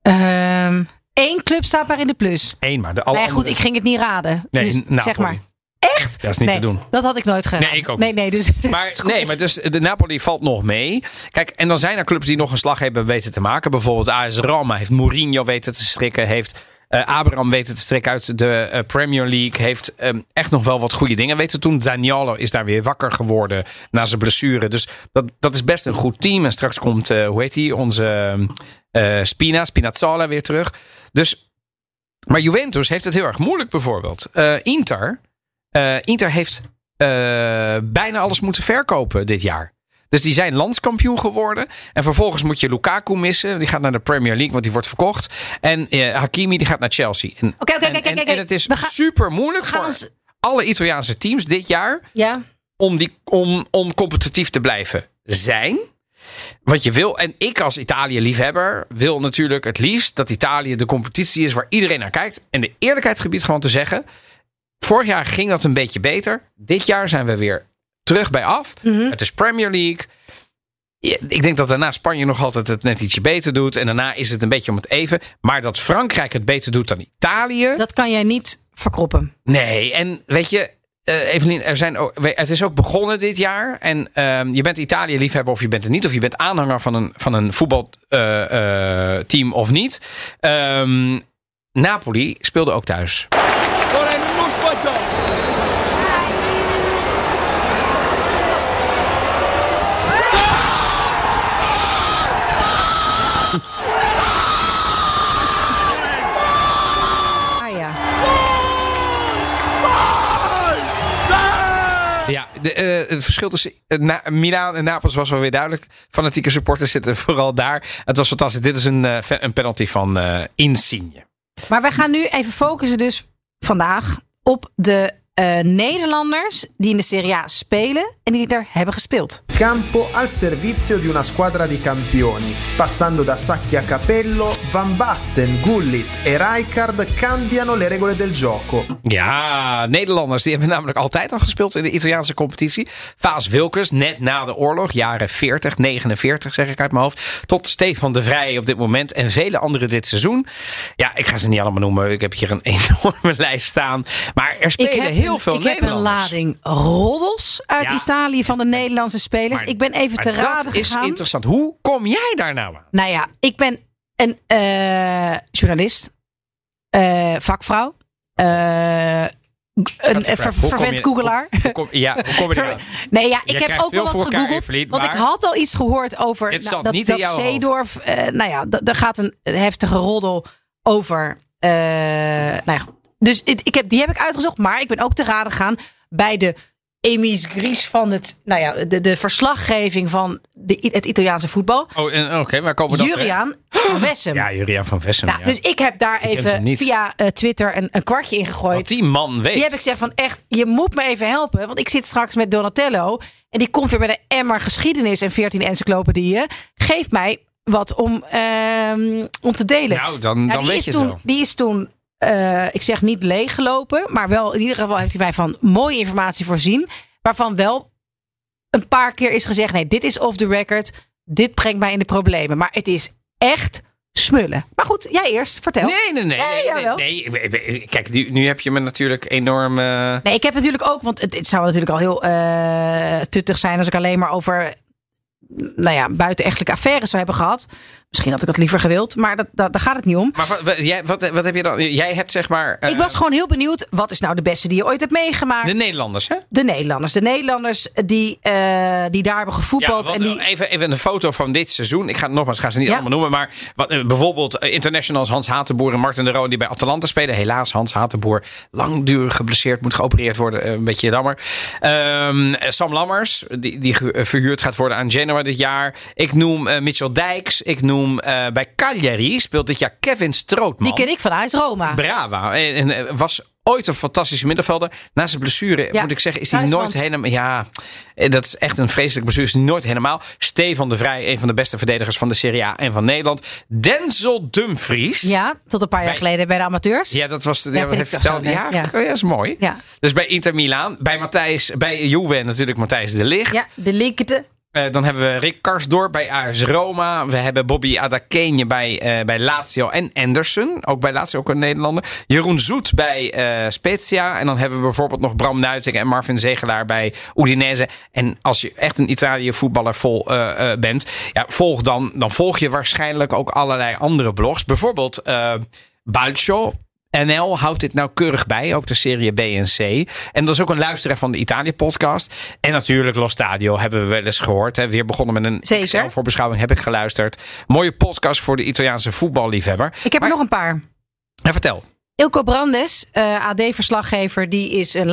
S2: Ehm Eén club staat maar in de plus.
S1: Eén maar. De alle
S2: Nou ja, goed,
S1: andere-
S2: ik ging het niet raden.
S1: Nee,
S2: Dus
S1: Napoli.
S2: zeg maar. Echt?
S1: Ja, is niet
S2: nee,
S1: te doen.
S2: dat had ik nooit gedaan.
S1: Nee, ik ook
S2: Nee,
S1: niet.
S2: nee, dus, dus
S1: Maar,
S2: is goed.
S1: nee, maar dus de Napoli valt nog mee. Kijk, en dan zijn er clubs die nog een slag hebben weten te maken. Bijvoorbeeld AS Roma heeft Mourinho weten te strikken. Heeft eh Abraham weten te strikken uit de eh, Premier League. Heeft ehm, echt nog wel wat goede dingen weten te doen. Zaniolo is daar weer wakker geworden na zijn blessure. Dus dat, dat is best een goed team. En straks komt, eh, hoe heet hij, onze eh, eh, Spina, Spinazzola weer terug. Dus, maar Juventus heeft het heel erg moeilijk bijvoorbeeld. Eh, Inter... Eh, Inter heeft eh, bijna alles moeten verkopen dit jaar. Dus die zijn landskampioen geworden. En vervolgens moet je Lukaku missen. Die gaat naar de Premier League, want die wordt verkocht. En eh, Hakimi die gaat naar Chelsea. En,
S2: Oké, oké,
S1: en-
S2: oké, oké,
S1: en-
S2: oké.
S1: en het is
S2: We gaan-
S1: super moeilijk
S2: we gaan
S1: voor
S2: ons-
S1: alle Italiaanse teams dit jaar
S2: Ja.
S1: om, die, om, om competitief te blijven zijn. Wat je wil. En ik als Italië-liefhebber wil natuurlijk het liefst dat Italië de competitie is waar iedereen naar kijkt. En de eerlijkheid gebied gewoon te zeggen. Vorig jaar ging dat een beetje beter. Dit jaar zijn we weer terug bij af. Het is Premier League. Ja, Ik denk dat daarna Spanje nog altijd het net ietsje beter doet. En daarna is het een beetje om het even. Maar dat Frankrijk het beter doet dan Italië.
S2: Dat kan jij niet verkroppen.
S1: Nee, en weet je, eh Evelien, er zijn ook, we- het is ook begonnen dit jaar. En ehm, je bent Italië-liefhebber of je bent het niet. Of je bent aanhanger van een, van een voetbalteam of niet. Ehm, Napoli speelde ook thuis.
S2: Ah ja.
S1: Ja, de, eh, het verschil tussen eh, Na- Milaan en Napels was wel weer duidelijk. Fanatieke supporters zitten vooral daar. Het was fantastisch. Dit is een, eh, fe- een penalty van eh, Insigne.
S2: Maar wij gaan nu even focussen dus vandaag op de eh, Nederlanders die in de Serie A spelen en die er hebben gespeeld.
S3: Campo al servizio di una squadra di campioni. Passando da Sacchi a Capello, Van Basten, Gullit e Rijkaard cambiano le regole del gioco.
S1: Ja, Nederlanders die hebben namelijk altijd al gespeeld in de Italiaanse competitie. Vaas Wilkes, net na de oorlog, jaren 40, 49 zeg ik uit mijn hoofd. Tot Stefan de Vrij op dit moment en vele anderen dit seizoen. Ja, ik ga ze niet allemaal noemen. Ik heb hier een enorme lijst staan. Maar er spelen heel veel
S2: ik heb een
S1: Nederlanders.
S2: lading roddels uit
S1: Ja.
S2: Italië van de Nederlandse spelers.
S1: Maar-
S2: ik ben even te
S1: Maar
S2: raden
S1: dat is
S2: gegaan.
S1: interessant. Hoe kom jij daar nou aan?
S2: Nou ja, ik ben een eh, journalist, eh, vakvrouw, eh, een eh, ver-
S1: Hoe kom
S2: vervent
S1: je-
S2: googelaar.
S1: Hoe kom, ja, hoe kom je daar aan?
S2: Nee, ja, ik
S1: Jij
S2: heb
S1: krijgt
S2: ook
S1: veel
S2: wel wat
S1: voor elkaar,
S2: gegoogeld.
S1: Evelien,
S2: want ik
S1: maar-
S2: had al iets gehoord over nou,
S1: Dit zat
S2: dat,
S1: niet in
S2: dat
S1: jouw hoofd.
S2: Zeedorf. eh, nou ja, d- er gaat een een heftige roddel over. eh, nou ja, dus ik, ik heb, die heb ik uitgezocht. Maar ik ben ook te raden gegaan bij de emis Gries van het, nou ja, de, de verslaggeving van de, het Italiaanse voetbal.
S1: Oh, en- oké, maar komen we dan terecht?
S2: Juriaan van Wessem.
S1: Ja, Juriaan van Vessem.
S2: Nou,
S1: ja.
S2: Dus ik heb daar
S1: kent hem
S2: even
S1: niet.
S2: via eh, Twitter een, een kwartje in gegooid.
S1: Wat die man weet.
S2: Die heb ik gezegd van echt, je moet me even helpen. Want ik zit straks met Donatello. En die komt weer met een emmer geschiedenis en 14 encyclopedieën. Geef mij wat om, ehm, om te delen.
S1: nou, dan,
S2: Ja,
S1: dan
S2: die
S1: weet
S2: is
S1: je het
S2: toen,
S1: wel.
S2: Die is toen, eh, ik zeg niet leeggelopen. Maar wel, in ieder geval heeft hij mij van mooie informatie voorzien. Waarvan wel een paar keer is gezegd, nee, dit is off the record. Dit brengt mij in de problemen. Maar het is echt smullen. Maar goed, jij eerst, vertel.
S1: Nee, nee, nee. nee, nee,
S2: jawel.
S1: nee. Ik- ik- ik- Kijk, nu, nu heb je me natuurlijk enorm. eh,
S2: Nee, ik heb natuurlijk ook, want het, het zou natuurlijk al heel eh, tuttig zijn als ik alleen maar over, nou ja, buitenechtelijke affaires zou hebben gehad. Misschien had ik dat liever gewild, maar dat, dat, daar gaat het niet om.
S1: Maar wat, wat, jij, wat, wat heb je dan? Jij hebt zeg maar. eh,
S2: ik was gewoon heel benieuwd, wat is nou de beste die je ooit hebt meegemaakt?
S1: de Nederlanders, hè?
S2: De Nederlanders. De Nederlanders die, eh, die daar hebben gevoetbald.
S1: want,
S2: en die,
S1: eh, even, even een foto van dit seizoen. Ik ga het nogmaals, ga ze niet
S2: Ja.
S1: allemaal noemen. Maar wat, eh, bijvoorbeeld eh, internationals Hans Hatenboer en Martin de Roon die bij Atalanta spelen. Helaas, Hans Hatenboer langdurig geblesseerd moet geopereerd worden. Eh, Een beetje jammer. Ehm, eh, Sam Lammers, die, die ge- eh, verhuurd gaat worden aan Genoa dit jaar. Ik noem eh, Mitchell Dijks. Ik noem eh, bij Cagliari speelt dit jaar Kevin Strootman.
S2: die ken ik van AS Roma.
S1: Brava. En, en, eh, was ooit een fantastische middenvelder. Na zijn blessure,
S2: Ja,
S1: moet ik zeggen, is hij
S2: Duitsland.
S1: nooit helemaal... Ja, eh, dat is echt een vreselijk blessure. Is hij nooit helemaal. Stefan de Vrij, een van de beste verdedigers van de Serie A en van Nederland. Denzel Dumfries.
S2: Ja, tot een paar jaar
S1: Bij-
S2: geleden bij de amateurs.
S1: Ja, dat was de, ja,
S2: vind
S1: wat
S2: ik
S1: heeft
S2: toch
S1: verteld.
S2: zo,
S1: Ja,
S2: ja.
S1: ja. dat is mooi.
S2: Ja.
S1: Dus bij Inter Milaan, bij Matthijs, bij Juve natuurlijk Matthijs de Ligt.
S2: Ja, de linkte.
S1: Eh, dan hebben we Rick Karsdorp bij AS Roma. We hebben Bobby Adakene bij, eh, bij Lazio en Anderson. Ook bij Lazio, ook een Nederlander. Jeroen Zoet bij eh, Spezia. En dan hebben we bijvoorbeeld nog Bram Nuiting en Marvin Zegelaar bij Udinese. En als je echt een Italië voetballer vol, eh, eh, bent, ja, volg dan, dan volg je waarschijnlijk ook allerlei andere blogs. Bijvoorbeeld eh Balcio. NL houdt dit nauwkeurig bij, ook de serie B en C. En dat is ook een luisteraar van de Italië-podcast. En natuurlijk Los Stadio hebben we wel eens gehoord. Hè. Weer begonnen met een
S2: Zeker.
S1: Excel-voorbeschouwing, heb ik geluisterd. Mooie podcast voor de Italiaanse voetballiefhebber.
S2: Ik heb
S1: Maar-
S2: er nog een paar.
S1: En vertel.
S2: Ilko Brandes, eh, AD-verslaggever, die is een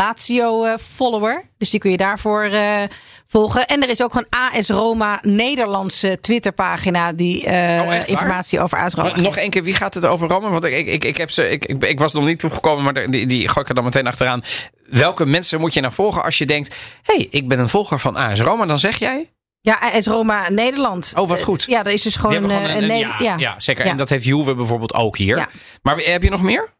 S2: Lazio-follower. dus die kun je daarvoor eh, volgen. En er is ook een AS Roma Nederlandse Twitterpagina die eh,
S1: Oh, echt waar?
S2: informatie over AS Roma
S1: Maar nog
S2: geeft.
S1: één keer, wie gaat het over Rome? Want ik, ik, ik, ik, heb ze, ik, ik, ik was er nog niet toegekomen, maar de- die, die gooi ik er dan meteen achteraan. Welke mensen moet je nou volgen als je denkt... hé, hey, ik ben een volger van AS Roma, dan zeg jij...
S2: Ja, AS Roma Nederland.
S1: Oh, wat goed.
S2: Eh, ja, er is dus gewoon,
S1: die hebben
S2: eh,
S1: gewoon een-
S2: Neder-
S1: ja,
S2: ja.
S1: ja. zeker.
S2: Ja.
S1: En dat heeft Juve bijvoorbeeld ook hier.
S2: Ja.
S1: Maar heb je nog meer?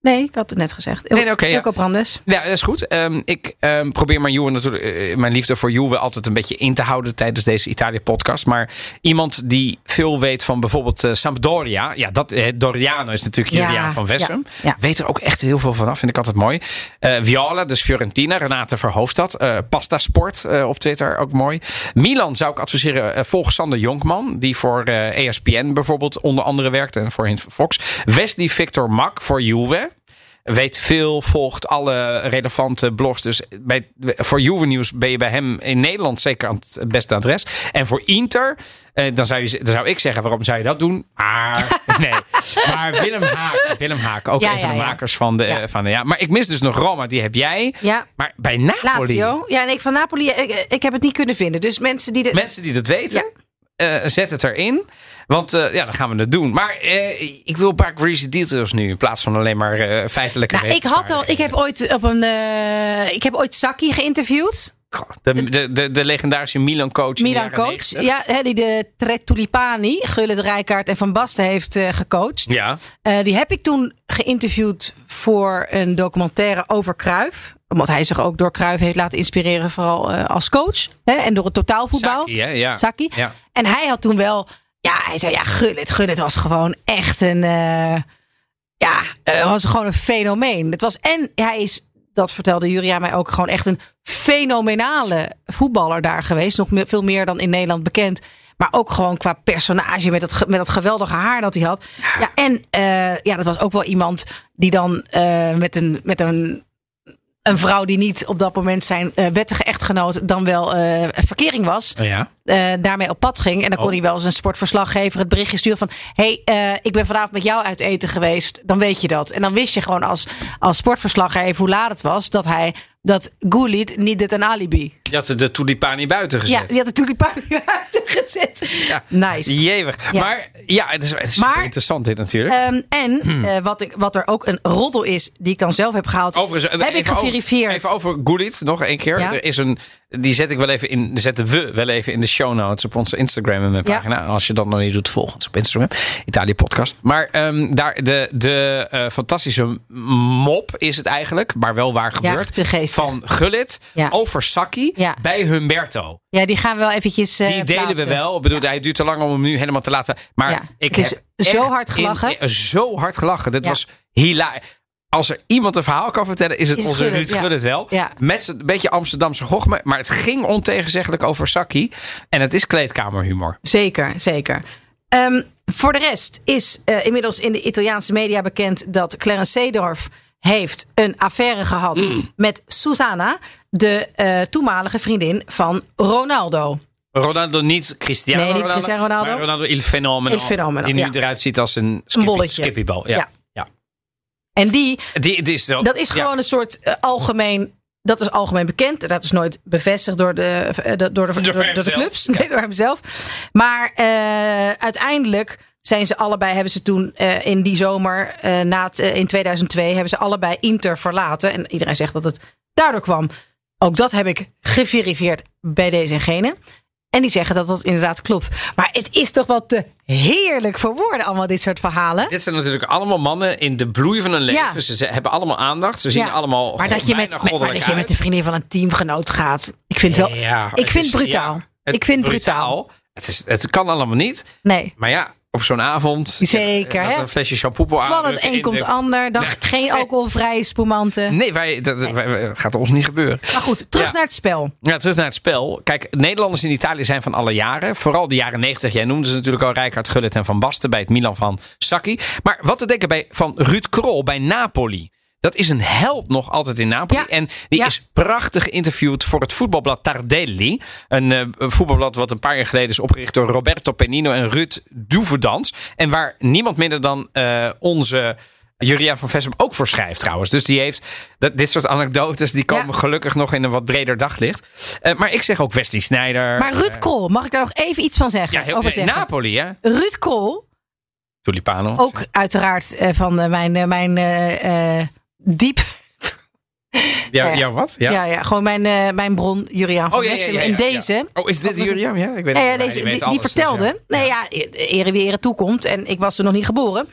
S2: Nee, ik had het net gezegd. Il-
S1: Nee, nee, oké, ja.
S2: Ilko Brandes.
S1: Ja, dat is goed. Ehm, ik ehm, probeer mijn, Juve natuurlijk, eh, mijn liefde voor Juve altijd een beetje in te houden tijdens deze Italië-podcast. Maar iemand die veel weet van bijvoorbeeld eh, Sampdoria. Ja, dat, eh, Doriano is natuurlijk
S2: Ja,
S1: Juliaan van Wessem.
S2: ja, ja.
S1: Weet er ook echt heel veel vanaf. Vind ik altijd mooi. Eh Viola, dus Fiorentina. Renate Verhoofdstad. eh Pasta Sport eh, op Twitter, ook mooi. Milan zou ik adviseren. eh, volg Sander Jonkman. Die voor eh ESPN bijvoorbeeld onder andere werkt. En voor Hint Fox. Wesley Victor Mak voor Juve. Weet veel, volgt alle relevante blogs. Dus bij, voor Juve Nieuws ben je bij hem in Nederland zeker aan het beste adres. En voor Inter, eh, dan, zou je, dan zou ik zeggen, waarom zou je dat doen? Maar, nee. maar Willem Haak, Willem Haak ook
S2: Ja,
S1: een van
S2: ja,
S1: de
S2: ja.
S1: makers van de...
S2: Ja.
S1: eh, Van de ja. Maar ik mis dus nog Roma, die heb jij.
S2: Ja.
S1: Maar bij Napoli,
S2: Lazio. Ja, en ik van Napoli, ik, ik heb het niet kunnen vinden. Dus mensen die... De...
S1: mensen die dat weten... eh, zet het erin, want eh, ja, dan gaan we het doen. Maar eh, ik wil een paar greasy details nu in plaats van alleen maar eh, feitelijke.
S2: Nou, ik had al, ik heb ooit op een, eh, ik heb ooit Saki geïnterviewd,
S1: De, de, de, de legendarische Milan-coach. in de
S2: Milan
S1: jaren
S2: coach,
S1: 90.
S2: ja, hè, die de Tre Tulipani, Gullit Rijkaard en Van Basten heeft eh, gecoacht.
S1: Ja.
S2: Eh, die heb ik toen geïnterviewd voor een documentaire over Cruijff, omdat hij zich ook door Cruijff heeft laten inspireren, vooral eh, als coach hè, en door het totaalvoetbal.
S1: Saki, hè? ja.
S2: Saki.
S1: Ja.
S2: En hij had toen wel, ja, hij zei ja, Gullit, Gullit was gewoon echt een, eh, ja, eh, was gewoon een fenomeen. Het was en hij is, dat vertelde Julia mij ook, gewoon echt een fenomenale voetballer daar geweest, nog me- veel meer dan in Nederland bekend. Maar ook gewoon qua personage met dat, ge- met dat geweldige haar dat hij had. Ja, en eh, ja, dat was ook wel iemand die dan eh, met, een, met een, een vrouw die niet op dat moment zijn eh, wettige echtgenoot dan wel eh, een verkering was
S1: Oh, ja.
S2: eh, daarmee op pad ging. En dan
S1: Oh.
S2: kon hij wel eens een sportverslaggever het berichtje sturen van... hey, eh, ik ben vanavond met jou uit eten geweest. Dan weet je dat. En dan wist je gewoon als, als sportverslaggever hoe laat het was... dat hij dat Gullit niet dit een alibi.
S1: Je had de Tulipani buiten
S2: Ja,
S1: gezet.
S2: die had de tulipaan gezet.
S1: Ja.
S2: Nice.
S1: Jewig.
S2: Ja.
S1: Maar ja, het is, het is
S2: Maar-
S1: super interessant dit natuurlijk.
S2: Ehm, en
S1: Hmm.
S2: eh, wat, ik, wat er ook een roddel is die ik dan zelf heb gehaald...
S1: Overigens, eh,
S2: heb ik
S1: even over-
S2: geverifieerd.
S1: Even over Gullit nog één keer.
S2: Ja.
S1: Er is een, die zet ik wel even in, zetten we wel even in de show notes op onze Instagram en mijn
S2: Ja.
S1: pagina. Als je dat nog niet doet, volg ons op Instagram. Italië Podcast. Maar ehm, daar de, de eh, fantastische mop is het eigenlijk, maar wel waar gebeurd.
S2: te geestig.
S1: van Gullit
S2: Ja.
S1: over Saki
S2: Ja.
S1: bij Humberto.
S2: ja, die gaan we wel eventjes eh,
S1: Die delen we
S2: plaatsen.
S1: wel. Ik bedoel, hij duurt te lang om hem nu helemaal te laten. Maar
S2: Ja,
S1: ik
S2: het is
S1: heb
S2: zo
S1: echt
S2: hard gelachen.
S1: in- eh, zo hard gelachen. Dit
S2: Ja.
S1: was hilarisch. Als er iemand een verhaal kan vertellen, is het
S2: Is het
S1: onze
S2: Gullit,
S1: Ruud
S2: ja.
S1: Gullit wel.
S2: Ja.
S1: Met een beetje Amsterdamse gochme. Maar het ging ontegenzeggelijk over Saki. En het is kleedkamerhumor.
S2: Zeker, zeker. Ehm, voor de rest is eh, inmiddels in de Italiaanse media bekend dat Clarence Seedorf heeft een affaire gehad met Susanna, de eh, toenmalige vriendin van Ronaldo.
S1: Ronaldo niet Cristiano
S2: Nee, niet
S1: Ronaldo.
S2: Cristiano Ronaldo.
S1: Maar Ronaldo il fenomeno.
S2: Il fenomeno,
S1: die nu
S2: ja.
S1: eruit ziet als een, skippy,
S2: bolletje.
S1: skippiebal. Ja. Ja.
S2: Ja. En die,
S1: Die, die is wel-
S2: dat is
S1: ja.
S2: gewoon een soort eh, algemeen, dat is algemeen bekend. Dat is nooit bevestigd door de, eh, de- door de, door, door de
S1: hemzelf.
S2: clubs, nee, door hemzelf. Maar eh, uiteindelijk zijn ze allebei, hebben ze toen eh, in die zomer, eh, na het, eh, in 2002, hebben ze allebei Inter verlaten. En iedereen zegt dat het daardoor kwam. Ook dat heb ik geverifieerd bij deze en gene. En die zeggen dat dat inderdaad klopt. Maar het is toch wel te heerlijk voor woorden, allemaal dit soort verhalen.
S1: Dit zijn natuurlijk allemaal mannen in de bloei van hun leven.
S2: Ja.
S1: Ze ze hebben allemaal aandacht. Ze zien
S2: Ja.
S1: allemaal
S2: maar dat je met,
S1: bijna
S2: met- maar
S1: goddelijk
S2: dat je met de
S1: uit.
S2: vriendin van een teamgenoot gaat. Ik vind wel.
S1: Ja,
S2: ik
S1: het
S2: vind
S1: is-
S2: brutaal.
S1: ja, het
S2: ik vind
S1: is
S2: brutaal.
S1: Het, is, het kan allemaal niet.
S2: Nee.
S1: Maar ja, op zo'n avond.
S2: Zeker,
S1: ja, dat
S2: hè?
S1: Een flesje shampoo
S2: Van het een komt ander. Dan geen alcoholvrije spumanten.
S1: Nee, wij, dat, wij- wij- dat gaat ons niet gebeuren.
S2: Maar goed, terug
S1: Ja.
S2: naar het spel.
S1: Ja, terug naar het spel. Kijk, Nederlanders in Italië zijn van alle jaren. Vooral de jaren 90. Jij noemde ze natuurlijk al Rijkaard Gullit en Van Basten bij het Milan van Sacchi. Maar wat te denken bij, van Ruud Krol bij Napoli. Dat is een held nog altijd in Napoli.
S2: Ja.
S1: En die
S2: Ja.
S1: is prachtig geïnterviewd voor het voetbalblad Tardelli. Een eh, voetbalblad wat een paar jaar geleden is opgericht door Roberto Pennino en Ruud Doevedans. En waar niemand minder dan eh, onze Juria van Vessem ook voor schrijft trouwens. Dus die heeft dat, dit soort anekdotes, die komen
S2: Ja.
S1: gelukkig nog in een wat breder daglicht. Eh, maar ik zeg ook Wesley Snijder.
S2: Maar Ruud
S1: eh,
S2: Krol, mag ik daar nog even iets van zeggen?
S1: ja, heel,
S2: over
S1: eh,
S2: zeggen? Oh,
S1: Napoli, hè?
S2: Ruud Krol
S1: Tulipano.
S2: Ook uiteraard eh, van eh, mijn, eh, mijn eh, eh, diep.
S1: Ja,
S2: ja.
S1: ja, wat? Ja.
S2: Ja, ja, gewoon mijn, eh, mijn bron, Juriaan van
S1: Oh, ja, ja,
S2: Wessem.
S1: ja, ja,
S2: En
S1: ja.
S2: deze.
S1: Oh, is
S2: Wat
S1: dit
S2: was het?
S1: Juriam? Ja, ik weet
S2: Ja,
S1: het
S2: ja,
S1: niet, maar
S2: deze,
S1: die
S2: die,
S1: weet
S2: die
S1: alles, dus ja.
S2: vertelde. Nee, ja, ere wie ere toekomt. En ik was toen nog niet geboren.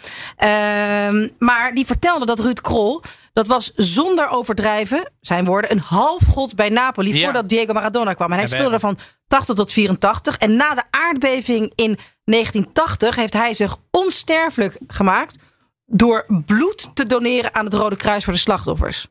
S2: Ehm, maar die vertelde dat Ruud Krol, dat was zonder overdrijven, zijn woorden, een halfgod bij Napoli
S1: Ja.
S2: voordat Diego Maradona kwam. En hij
S1: En we-
S2: speelde er van 80 tot 84. En na de aardbeving in 1980 heeft hij zich onsterfelijk gemaakt door bloed te doneren aan het Rode Kruis voor de slachtoffers.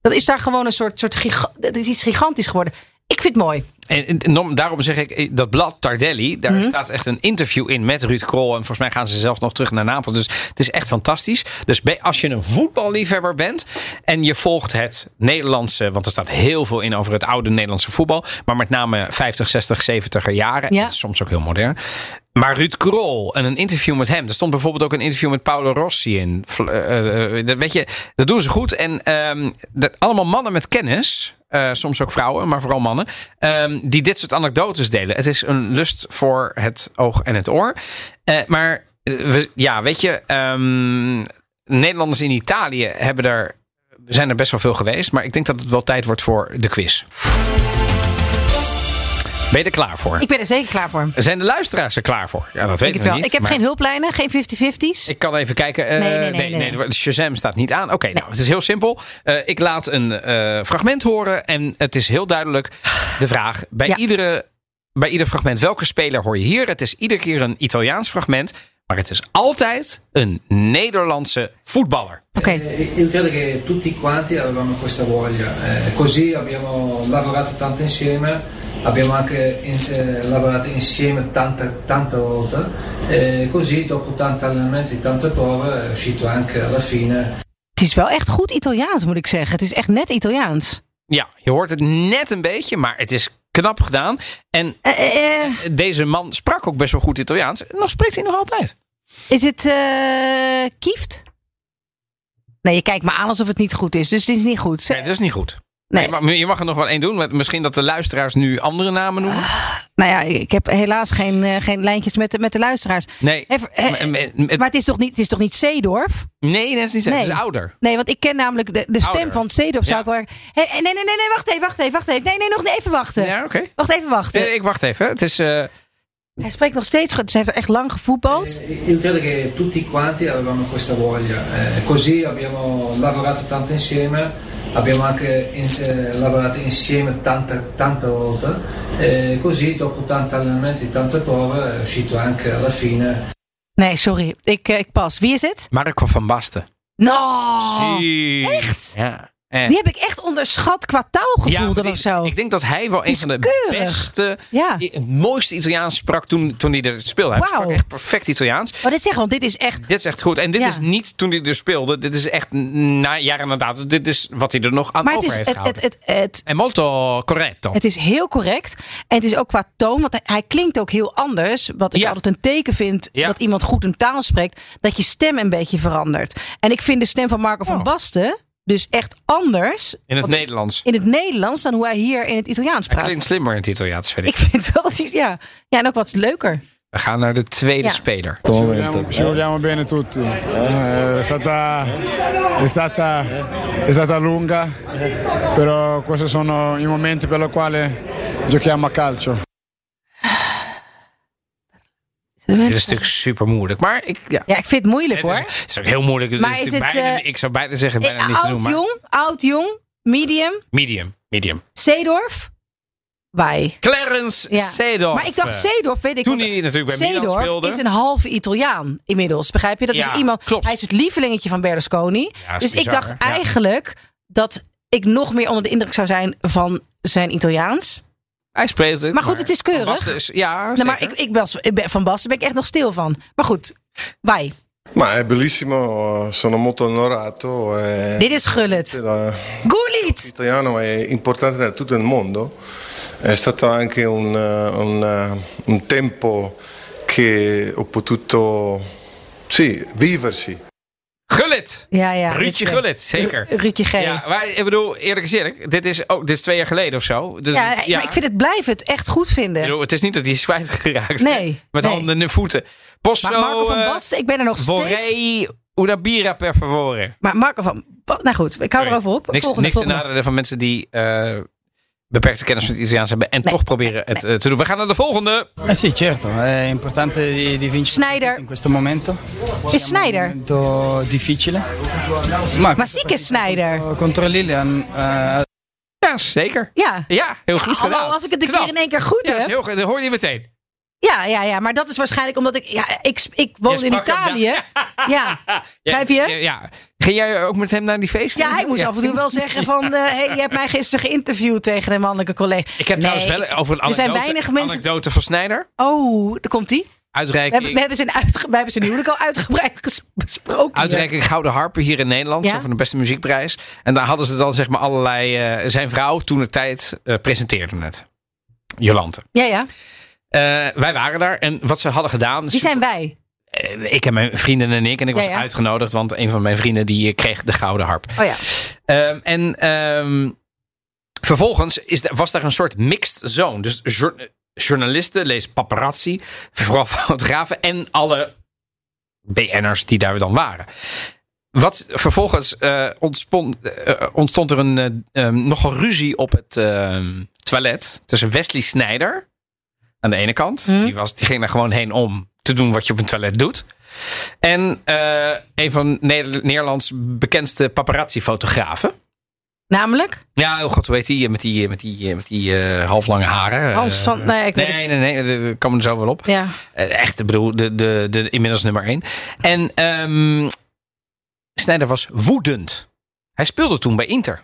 S2: Dat is daar gewoon een soort, soort giga- dat is iets gigantisch geworden. Ik vind het mooi.
S1: En, en, en om- daarom zeg ik, eh, dat blad Tardelli, daar
S2: Mhm.
S1: staat echt een interview in met Ruud Krol. En volgens mij gaan ze zelfs nog terug naar Napels. Dus het is echt fantastisch. Dus bij- als je een voetballiefhebber bent en je volgt het Nederlandse... want er staat heel veel in over het oude Nederlandse voetbal. Maar met name 50, 60, 70er jaren.
S2: Ja.
S1: Dat is soms ook heel modern. Maar Ruud Krol en een interview met hem. Er stond bijvoorbeeld ook een interview met Paolo Rossi in. Vl- eh, eh, dat weet je, dat doen ze goed. En ehm, dat, allemaal mannen met kennis. eh, soms ook vrouwen, maar vooral mannen. ehm, die dit soort anekdotes delen. Het is een lust voor het oog en het oor. Eh, maar eh, we- ja, weet je. ehm, Nederlanders in Italië hebben er, zijn er best wel veel geweest. Maar ik denk dat het wel tijd wordt voor de quiz. Ben je er klaar voor?
S2: Ik ben er zeker klaar voor.
S1: Zijn de luisteraars er klaar voor? Ja, dat
S2: Ik,
S1: weet
S2: het
S1: ik
S2: wel.
S1: niet.
S2: ik heb
S1: maar
S2: geen hulplijnen, geen 50-50's.
S1: Ik kan even kijken. Eh,
S2: Nee, nee, nee,
S1: nee,
S2: nee,
S1: nee, Shazam staat niet aan. Oké, nou, het is heel simpel. Eh, ik laat een eh, fragment horen en het is heel duidelijk de vraag. Bij,
S2: Ja.
S1: iedere, bij ieder fragment, welke speler hoor je hier? Het is iedere keer een Italiaans fragment, maar het is altijd een Nederlandse voetballer.
S2: Oké,
S4: Eh, Io credo che tutti quanti avevamo questa voglia, eh, così abbiamo lavorato tanto insieme, abbiamo anche in- eh, lavorato insieme tanta, tanta volta, eh, così dopo tanti allenamenti, tante prove è uscito anche alla fine
S2: het is wel echt goed Italiaans, moet ik zeggen. Het is echt net Italiaans.
S1: Ja, je hoort het net een beetje, maar het is knap gedaan. En
S2: Eh, eh, eh,
S1: deze man sprak ook best wel goed Italiaans. En nog spreekt hij nog altijd.
S2: is het eh, kieft? Nee, je kijkt me aan alsof het niet goed is. Dus dit is niet goed.
S1: Nee, dat is niet goed.
S2: Nee.
S1: Je, mag, je mag er nog wel één doen. met Misschien dat de luisteraars nu andere namen noemen.
S2: Nou ja, ik heb helaas geen, eh, geen lijntjes met de, met de luisteraars.
S1: nee.
S2: Even, eh,
S1: M- m- m-
S2: maar het is toch niet, het is toch niet Zeedorf?
S1: nee, dat is niet zo.
S2: Nee.
S1: Het is ouder.
S2: Nee, want ik ken namelijk de, de stem
S1: Ouder.
S2: van Zeedorf. Zou
S1: Ja.
S2: ik wel... Hé, eh, nee, nee, nee, nee, wacht even, wacht even, wacht even. Nee, nee, nog even wachten.
S1: Ja, oké.
S2: Wacht even, wachten.
S1: Eh, Ik wacht even. Het is, eh,
S2: Hij spreekt nog steeds goed. Ze heeft er echt lang gevoetbald.
S4: Eh, Io credo che tutti quanti avevamo questa voglia, eh, così abbiamo lavorato tanto insieme, abbiamo anche in- eh, lavorato insieme tanta, tanta volta, eh, così dopo tanti allenamenti, tante prove è uscito anche alla fine
S2: Nee, sorry. Ik, eh, ik pas. Wie is het?
S1: Marco van Basten.
S2: No!
S1: Zie.
S2: Oh. Echt?
S1: Ja. Eh.
S2: Die heb ik echt onderschat qua taalgevoel
S1: Ja, maar
S2: dan
S1: die-
S2: of zo.
S1: Ik denk dat hij wel een
S2: is
S1: van de
S2: keurig.
S1: beste,
S2: Ja.
S1: het mooiste Italiaans sprak toen, toen hij er speelde. Hij
S2: Wauw.
S1: sprak echt perfect Italiaans.
S2: Wat Oh, dit zeggen, want dit is echt...
S1: Dit is echt goed. En dit
S2: Ja.
S1: is niet toen hij er speelde. Dit is echt na jaren inderdaad. Dit is wat hij er nog aan
S2: Maar het
S1: over
S2: is,
S1: heeft
S2: het,
S1: gehouden.
S2: het, het, het,
S1: En molto corretto.
S2: het is heel correct. En het is ook qua toon, want hij, hij klinkt ook heel anders. Wat ik
S1: Ja.
S2: altijd een teken vind
S1: Ja.
S2: dat iemand goed een taal spreekt. Dat je stem een beetje verandert. En ik vind de stem van Marco van
S1: Oh.
S2: Basten dus echt anders
S1: in het Nederlands.
S2: in het Nederlands dan hoe hij hier in het Italiaans
S1: Hij
S2: praat.
S1: klinkt slimmer in het Italiaans, vind ik.
S2: Ik vind wel dat hij... Ja. ja, en ook wat leuker.
S1: We gaan naar de tweede
S2: Ja.
S1: speler.
S5: Ci vogliamo, ci vogliamo bene tutti, Eh, è, stata, è stata- è stata lunga, però questi sono i momenti per i quali giochiamo a calcio.
S1: Dit is natuurlijk super moeilijk. Maar ik, ja,
S2: Ja, ik vind het moeilijk
S1: het, is,
S2: hoor.
S1: het is ook heel moeilijk. Het
S2: Maar
S1: is
S2: is
S1: natuurlijk
S2: het,
S1: bijna,
S2: eh,
S1: ik zou bijna zeggen, bijna niet te
S2: Oud
S1: doen. Maar
S2: jong, oud jong, medium,
S1: medium, medium.
S2: Zeedorf, wij.
S1: Clarence
S2: Ja.
S1: Seedorf.
S2: Maar ik dacht Zeedorf, weet ik
S1: Toen
S2: want
S1: hij natuurlijk bij Milan
S2: Zeedorf
S1: speelde.
S2: is een halve Italiaan inmiddels, begrijp je? Dat
S1: Ja,
S2: is iemand,
S1: klopt.
S2: hij is het lievelingetje van Berlusconi.
S1: Ja, is
S2: dus ik
S1: bizar,
S2: dacht
S1: hè? Ja.
S2: eigenlijk dat ik nog meer onder de indruk zou zijn van zijn Italiaans.
S1: Hij speelt het.
S2: Maar goed, het is keurig.
S1: Van Basten is- dus- ja,
S2: Nou,
S1: zeker.
S2: maar ik, ik was, ik ben- van Basten ben ik echt nog stil van. Maar goed, wij.
S6: Ma è bellissimo, sono molto onorato. eh,
S2: Dit is Gullit.
S6: L'italiano
S2: Gullit!
S6: è importante da tutto il mondo, è stato anche un, eh, un, eh, un tempo che ho potuto sì, viverci.
S1: Gullit.
S2: Ja, ja.
S1: Ruudje
S2: Dit, eh,
S1: Gullit, zeker.
S2: Ru- Ruudje G.
S1: Ja, maar ik bedoel, eerlijk is eerlijk, dit is, ook dit is twee jaar geleden of zo. Dus,
S2: Ja, maar ik vind het blijf het echt goed
S1: ik
S2: vinden.
S1: bedoel, het is niet dat hij is kwijtgeraakt.
S2: Nee,
S1: Met
S2: nee.
S1: handen en voeten. Posso,
S2: Maar Marco van
S1: eh,
S2: Basten, ik ben er nog steeds.
S1: Vorrei una birra per favore.
S2: Maar Marco van Basten, nou goed, ik hou
S1: Sorry.
S2: erover op.
S1: Niks,
S2: volgende,
S1: niks te
S2: volgende.
S1: nadelen van mensen die eh, beperkte kennis van het Italiaans hebben en toch proberen het eh, te doen. We gaan naar de volgende.
S7: Eh sì, certo, è importante di, di vincere
S2: Sneijder.
S7: in questo momento.
S2: Is Snijder.
S7: Un momento difficile. Ma,
S2: Maar ziek is Snijder.
S7: contro Lilian eh,
S1: Ja, zeker.
S2: Ja.
S1: Ja, heel goed
S2: Hallo,
S1: gedaan.
S2: als ik het een
S1: Knap.
S2: keer in één keer goed
S1: Ja, dat, is
S2: heb.
S1: heel, goed. dat hoor je meteen.
S2: Ja, ja, ja. Maar dat is waarschijnlijk omdat ik... Ja, ik, ik woonde
S1: Je
S2: in
S1: sprak hem
S2: Italië. Ja. Begrijp je?
S1: Ja, ja. Ging jij ook met hem naar die feesten?
S2: Ja, hij moest af en toe wel zeggen van... eh, hey, je hebt mij gisteren geïnterviewd tegen een mannelijke collega.
S1: Ik heb
S2: Nee,
S1: trouwens wel over een
S2: Er
S1: anekdote,
S2: zijn weinig mensen...
S1: anekdote van Snijder.
S2: Oh, daar komt-ie. We
S1: Uitreiking,
S2: hebben, we, hebben zijn uitge, we hebben zijn huwelijk al uitgebreid ges- besproken. hier.
S1: uitreiking Gouden Harpen hier in Nederland.
S2: Ja.
S1: zo Van de beste muziekprijs. En daar hadden ze dan zeg maar allerlei... eh, zijn vrouw toen de tijd eh, presenteerde het. Jolante.
S2: Ja, ja.
S1: Eh, wij waren daar en wat ze hadden gedaan...
S2: Wie zijn wij?
S1: eh, ik en mijn vrienden en ik. En ik
S2: Ja,
S1: was
S2: ja.
S1: uitgenodigd, want een van mijn vrienden die eh, kreeg de Gouden Harp.
S2: Oh ja.
S1: Ehm, en ehm, vervolgens is, da- was daar een soort mixed zone. Dus jour- journalisten, lees paparazzi, vooral fotografen en alle BN'ers die daar dan waren. Wat vervolgens eh, ontspon- eh, eh, ontstond er een, eh, ehm, nogal ruzie op het ehm, toilet tussen Wesley Snijder aan de ene kant. Die, was, die ging daar gewoon heen om te doen wat je op een toilet doet. En eh, een van Neder- Nederlands bekendste paparazzi-fotografen.
S2: Namelijk?
S1: Ja, oh god, hoe heet die? Met die, met die, met die eh, halflange haren.
S2: Hans
S1: Eh,
S2: van- nee, ik weet
S1: nee, nee, nee, dat- dat komen er zo wel op.
S2: Ja.
S1: Eh, Echt, ik bedoel, de, de, de, inmiddels nummer één. En ehm Snijder was woedend. Hij speelde toen bij Inter.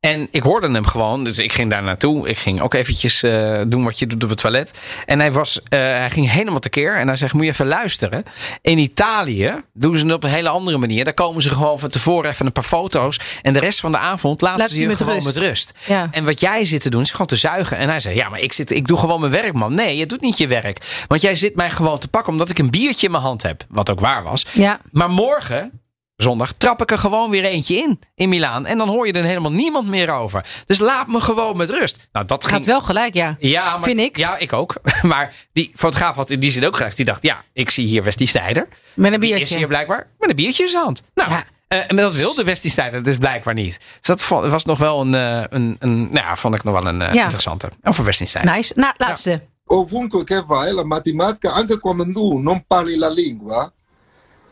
S1: En ik hoorde hem gewoon, dus ik ging daar naartoe. Ik ging ook eventjes eh, doen wat je doet op het toilet. En hij, was, eh, hij ging helemaal tekeer en hij zegt, moet je even luisteren. In Italië doen ze het op een hele andere manier. Daar komen ze gewoon van tevoren even een paar foto's. En de rest van de avond laten
S2: Laat
S1: ze
S2: ze
S1: je
S2: met
S1: gewoon
S2: rust.
S1: met rust.
S2: Ja.
S1: En wat jij zit te doen is gewoon te zuigen. En hij zei, ja, maar ik, zit, ik doe gewoon mijn werk, man. Nee, je doet niet je werk. Want jij zit mij gewoon te pakken omdat ik een biertje in mijn hand heb. Wat ook waar was.
S2: Ja.
S1: Maar morgen, zondag, trap ik er gewoon weer eentje in. In Milaan. En dan hoor je er helemaal niemand meer over. Dus laat me gewoon met rust. Nou, dat ging...
S2: Gaat wel gelijk, ja.
S1: Ja, maar
S2: Vind ik.
S1: Ja, ik ook. Maar die fotograaf had in die zin ook gedacht. Die dacht, ja, ik zie hier Westie Snijder.
S2: Met een
S1: Die is
S2: biertje.
S1: hier blijkbaar met een biertje in zijn hand. Nou,
S2: Ja.
S1: eh, en dat wilde Westie Snijder dus blijkbaar niet. Dus dat vo- was nog wel een, eh, een, een nou ja, vond ik nog wel een eh,
S2: Ja.
S1: interessante. Over Westie Snijder.
S2: Nice. Nou, laatste.
S8: ovunque che vai, la matematica, anche quando tu non parli la lingua,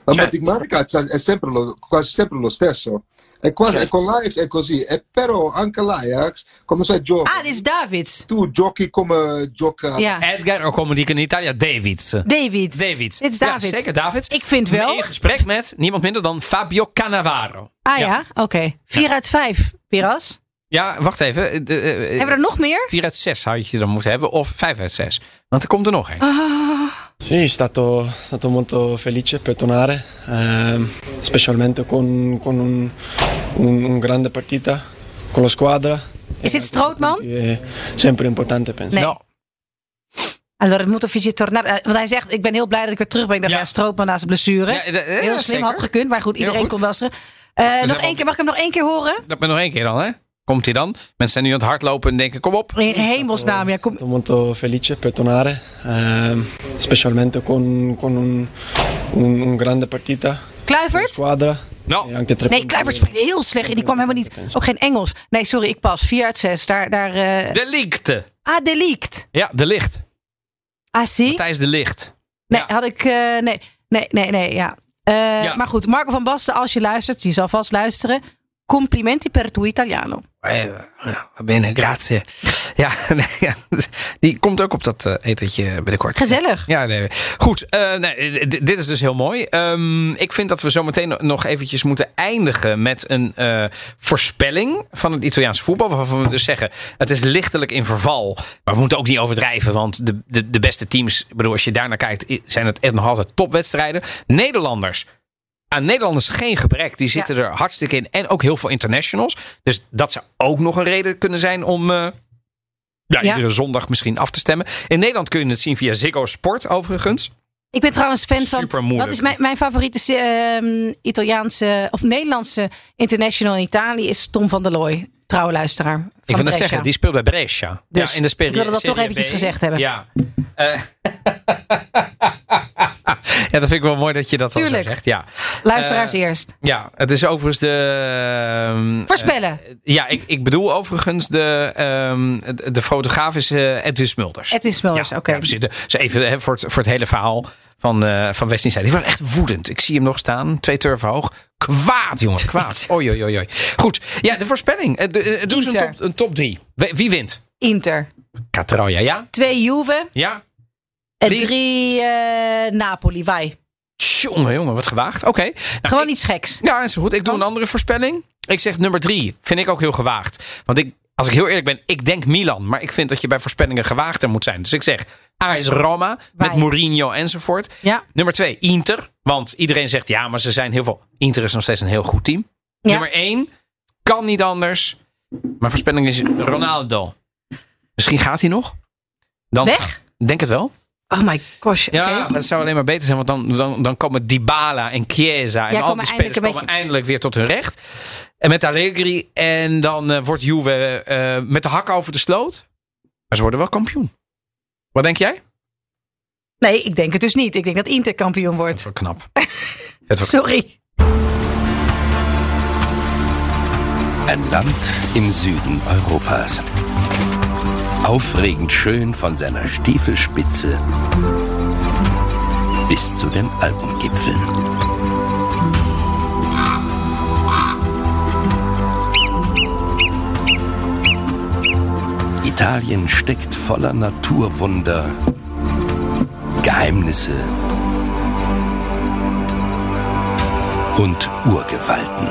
S8: la matematica c'ha- è sempre lo- quasi sempre lo stesso. E, qua- e con l'Ajax è così, e però anche l'Ajax, come sai, gioca,
S2: Ah, dit is David.
S8: tu giochi come gioca.
S2: Nou Ja.
S1: Edgar Ocomodiek in Italië, Davids.
S2: David.
S1: Davids.
S2: Dit is
S1: Ja,
S2: David.
S1: zeker Davids.
S2: Ik vind wel.
S1: In gesprek met niemand minder dan Fabio Cannavaro.
S2: Ah ja, oké. Vier uit vijf, Piras.
S1: Ja, wacht even. Eh, eh, eh,
S2: Hebben we er nog meer?
S1: 4 uit 6 had je dan moeten hebben, of 5 uit 6. Want er komt er nog een.
S2: Oh,
S9: Sì, è stato, stato molto felice per tornare, ehm, specialmente con, con un, un- un grande partita con la squadra.
S2: Is dit Strootman?
S9: che È sempre importante, penso.
S2: Nee.
S1: Nou,
S2: Allora, het moet een visje tornado. eh, Want hij zegt, ik ben heel blij dat ik weer terug ben. Ik dacht,
S1: Ja.
S2: ja, Strootman na zijn blessure.
S1: Ja, dat- eh,
S2: heel slim
S1: zeker.
S2: had gekund, maar goed, iedereen
S1: goed.
S2: kon wel eens- Eh, nog
S1: zijn
S2: één
S1: al-
S2: keer, mag ik hem nog één keer horen?
S1: dat ben nog één keer dan, hè? Komt hij dan? Mensen zijn nu aan het hardlopen en denken: kom op.
S2: In hemelsnaam,
S1: eh,
S2: ja, kom.
S9: Sono molto felice per tornare, ehm, specialmente con, con un, un- un grande partita con la
S2: Kluivert?
S9: squadra.
S1: No.
S9: E anche tre
S2: Nee,
S9: punti.
S2: Kluivert spreekt heel slecht en die kwam helemaal niet. Ook geen Engels. Nee, sorry, ik pas. Vier uit zes. Daar, daar. eh
S1: De Lichte.
S2: Ah, delict.
S1: Ja, de licht.
S2: Ah, zie.
S1: Thijs de licht.
S2: Nee,
S1: Ja.
S2: had ik. eh, nee, nee, nee, nee, ja. Eh,
S1: Ja.
S2: Maar goed, Marco van Basten, als je luistert, je zal vast luisteren. Complimenti per tuo italiano.
S1: Eh, Binnen, grazie. Ja, nee, ja, die komt ook op dat eh, etentje binnenkort.
S2: Gezellig.
S1: Ja, nee. goed. eh, nee, d- dit is dus heel mooi. Ehm, ik vind dat we zometeen nog eventjes moeten eindigen met een eh, voorspelling van het Italiaanse voetbal. Waarvan we dus zeggen, het is lichtelijk in verval. Maar we moeten ook niet overdrijven, want de, de, de beste teams, ik bedoel, als je daarnaar kijkt, i- zijn het echt nog altijd topwedstrijden. Nederlanders. Aan Nederlanders geen gebrek. Die zitten er hartstikke in. En ook heel veel internationals. Dus dat zou ook nog een reden kunnen zijn om... eh, ja,
S2: Ja.
S1: iedere zondag misschien af te stemmen. In Nederland kun je het zien via Ziggo Sport overigens.
S2: Ik ben trouwens fan van.
S1: Super moeilijk.
S2: Dat is mijn, mijn favoriete ehm, Italiaanse of Nederlandse international in Italië is Tom van der Looy, trouwe luisteraar. van
S1: Ik wil dat
S2: Brescia.
S1: zeggen, die speelt bij Brescia.
S2: Dus
S1: ja, in de
S2: ik wilde dat toch
S1: Serie B.
S2: eventjes gezegd hebben.
S1: Ja. Eh, ja, dat vind ik wel mooi dat je dat dan zo
S2: Tuurlijk.
S1: zegt. Ja.
S2: Luisteraars
S1: Eh,
S2: eerst.
S1: ja, het is overigens de... ehm,
S2: Voorspellen.
S1: eh, ja, ik, ik bedoel overigens de, ehm, de- de fotograaf is eh, Edwin Smulders.
S2: Edwin Smulders,
S1: ja,
S2: oké.
S1: ja, precies. Dus even hè, voor het, voor het hele verhaal van, eh van West Inside. Die was echt woedend. Ik zie hem nog staan, twee turven hoog. Kwaad, jongen, kwaad. Oei, oei, oei, oei. Goed, ja, de voorspelling. Eh, de- eh, Doe eens een
S2: Inter.
S1: top, een top drie. Wie, wie wint?
S2: Inter.
S1: Catroja, ja?
S2: Twee Juve
S1: Ja?
S2: en
S1: Drie. Nou,
S2: drie eh, Napoli. Wij.
S1: Jongen, jongen, wat gewaagd. Oké. Nou,
S2: Gewoon iets geks.
S1: Ja, is goed.
S2: Oh.
S1: Ik doe een andere voorspelling. Ik zeg nummer drie. Vind ik ook heel gewaagd. Want ik, als ik heel eerlijk ben, ik denk Milan. Maar ik vind dat je bij voorspellingen gewaagder moet zijn. Dus ik zeg A is Roma met
S2: Bayern.
S1: Mourinho enzovoort.
S2: Ja.
S1: Nummer twee, Inter. Want iedereen zegt ja, maar ze zijn heel veel. Inter is nog steeds een heel goed team.
S2: Ja.
S1: Nummer één, kan niet anders. Mijn voorspelling is Ronaldo. Misschien gaat hij nog. Dan
S2: Weg?
S1: Denk het wel.
S2: Oh my gosh. Oké.
S1: Ja, dat zou alleen maar beter zijn, want dan, dan, dan komen Dybala en Chiesa en
S2: Ja,
S1: al
S2: komen
S1: die
S2: eindelijk
S1: spelers
S2: een
S1: komen
S2: beetje-
S1: eindelijk weer tot hun recht. En met Allegri en dan eh, wordt Juve eh, met de hak over de sloot. Maar ze worden wel kampioen. Wat denk jij?
S2: Nee, ik denk het dus niet. Ik denk dat Inter kampioen
S1: Dat
S2: wordt.
S1: wordt knap. Dat wordt
S2: Sorry.
S10: Ein Land im Süden Europas. Aufregend schön von seiner Stiefelspitze bis zu den Alpengipfeln. Italien steckt voller Naturwunder, Geheimnisse und Urgewalten.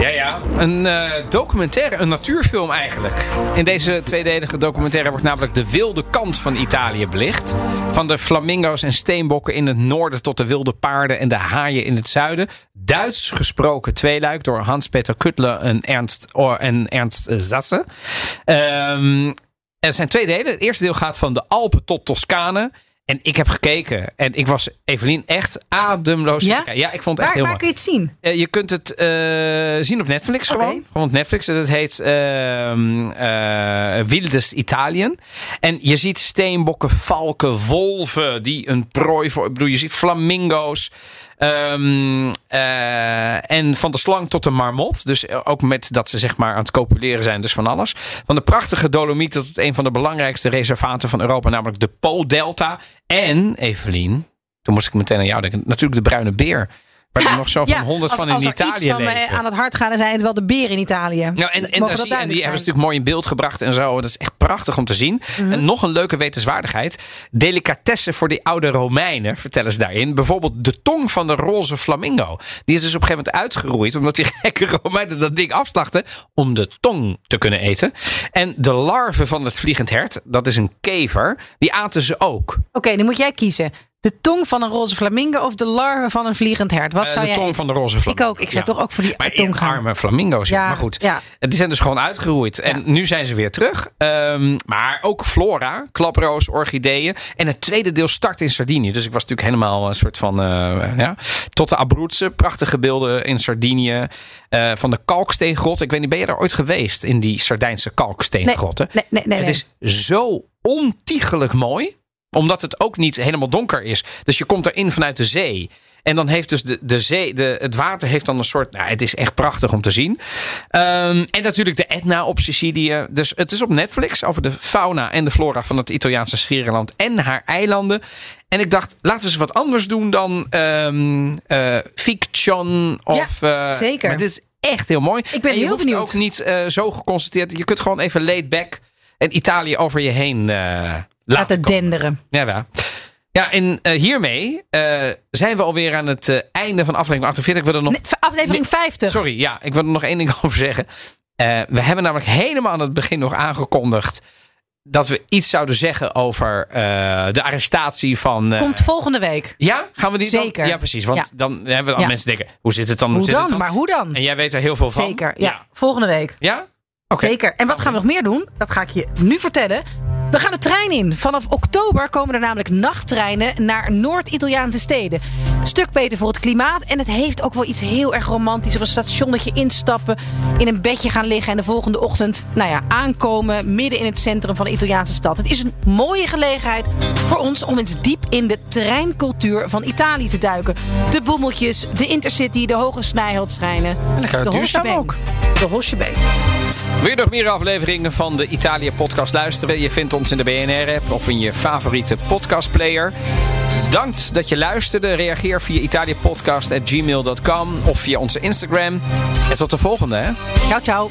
S1: Ja, ja. Een eh, documentaire, een natuurfilm eigenlijk. In deze tweedelige documentaire wordt namelijk de wilde kant van Italië belicht. Van de flamingo's en steenbokken in het noorden tot de wilde paarden en de haaien in het zuiden. Duits gesproken tweeluik door Hans-Peter Kuttler en Ernst, oh, en Ernst eh, Zasse. Ehm, er zijn twee delen. Het eerste deel gaat van de Alpen tot Toscane. En ik heb gekeken en ik was, Evelien, echt ademloos.
S2: Ja?
S1: zitten kijken. ja ik vond het echt
S2: Waar,
S1: heel
S2: waar
S1: mooi.
S2: kun je het zien?
S1: Eh, je kunt het eh, zien op Netflix
S2: Oké.
S1: gewoon. Gewoon op Netflix. En dat heet ehm, eh, Wildes Italië. En je ziet steenbokken, valken, wolven die een prooi voor. Ik bedoel, je ziet flamingo's. Ehm, eh, en van de slang tot de marmot. Dus ook met dat ze zeg maar aan het copuleren zijn. Dus van alles. Van de prachtige Dolomieten tot een van de belangrijkste reservaten van Europa. Namelijk de Po-delta. En, Evelien, toen moest ik meteen aan jou denken. Natuurlijk de bruine beer. Waar er nog zo van
S2: Ja,
S1: honderd
S2: als-
S1: van in
S2: als er
S1: Italië
S2: iets van me
S1: leven.
S2: aan het hart gaan, dan zijn het wel de beren in Italië.
S1: Nou, en,
S2: Mogen
S1: en, daar zie- en
S2: dat duidelijk
S1: die
S2: zijn? Mhm.
S1: hebben ze natuurlijk mooi in beeld gebracht en zo. Dat is echt prachtig om te zien. En nog een leuke wetenswaardigheid. Delicatessen voor die oude Romeinen, vertellen ze daarin. Bijvoorbeeld de tong van de roze flamingo. Die is dus op een gegeven moment uitgeroeid. Omdat die gekke Romeinen dat ding afslachten. Om de tong te kunnen eten. En de larven van het vliegend hert, dat is een kever. Die aten ze ook.
S2: Oké, dan moet jij kiezen. De tong van een roze flamingo of de larve van een vliegend hert? Wat
S1: Eh,
S2: zou
S1: de
S2: jij
S1: tong
S2: eten?
S1: van de roze
S2: Ik
S1: flamingo.
S2: ook. Ik zou
S1: Ja.
S2: toch ook voor die
S1: Maar
S2: tong
S1: in
S2: gaan.
S1: arme flamingo's, ja.
S2: Ja,
S1: Maar goed,
S2: ja.
S1: die zijn dus gewoon uitgeroeid. En nu zijn ze weer terug. Ehm, maar ook flora, klaproos, orchideeën. En het tweede deel start in Sardinië. Dus ik was natuurlijk helemaal een soort van... eh, ja, tot de Abruzzen. Prachtige beelden in Sardinië. eh, van de kalksteengrot. Ik weet niet, ben je daar ooit geweest? In die Sardijnse kalksteengrotten?
S2: Nee, nee, nee. nee.
S1: Het is zo ontiegelijk mooi, omdat het ook niet helemaal donker is. Dus je komt erin vanuit de zee. En dan heeft dus de, de zee, de, het water heeft dan een soort. Nou, het is echt prachtig om te zien. Ehm, en natuurlijk de Etna op Sicilië. Dus het is op Netflix over de fauna en de flora van het Italiaanse Schiereiland en haar eilanden. En ik dacht, laten we eens wat anders doen dan ehm eh, fiction of. eh,
S2: zeker.
S1: Maar dit is echt heel mooi.
S2: Ik ben
S1: En je
S2: heel
S1: hoeft
S2: benieuwd.
S1: ook niet eh, zo geconstateerd. Je kunt gewoon even laid back en Italië over je heen eh, laten,
S2: Laten
S1: komen.
S2: denderen.
S1: Ja, ja. ja en eh, hiermee eh, zijn we alweer aan het eh, einde van aflevering 48. Ik wil er nog,
S2: Nee, aflevering 50.
S1: sorry, ja, ik wil er nog één ding over zeggen. Eh, we hebben namelijk helemaal aan het begin nog aangekondigd dat we iets zouden zeggen over eh, de arrestatie van. eh,
S2: Komt volgende week.
S1: ja, gaan we die dan-
S2: Zeker.
S1: Ja, precies. Want
S2: Ja.
S1: dan hebben we dan
S2: Ja.
S1: mensen die denken: hoe zit het dan?
S2: Hoe
S1: zit het
S2: dan? Maar hoe dan?
S1: En jij weet er heel veel van.
S2: Zeker. Ja, volgende week.
S1: Ja? Oké.
S2: Zeker. En wat gaan we nog meer doen? Dat ga ik je nu vertellen. We gaan de trein in. Vanaf oktober komen er namelijk nachttreinen naar Noord-Italiaanse steden. Een stuk beter voor het klimaat. En het heeft ook wel iets heel erg romantisch. Op een stationnetje instappen, in een bedje gaan liggen en de volgende ochtend nou ja, aankomen midden in het centrum van de Italiaanse stad. Het is een mooie gelegenheid voor ons om eens diep in de treincultuur van Italië te duiken. De boemeltjes, de intercity, de hoge snijheidstreinen.
S1: Lekker
S2: de
S1: duurzaam
S2: Hosjebeen.
S1: ook.
S2: De Hosjebeen.
S1: Wil je nog meer afleveringen van de Italië-podcast luisteren? Je vindt ons in de BNR-app of in je favoriete podcastplayer. Bedankt dat je luisterde. Reageer via italiëpodcast.gmail.com of via onze Instagram. En tot de volgende, hè?
S2: Ciao, ciao.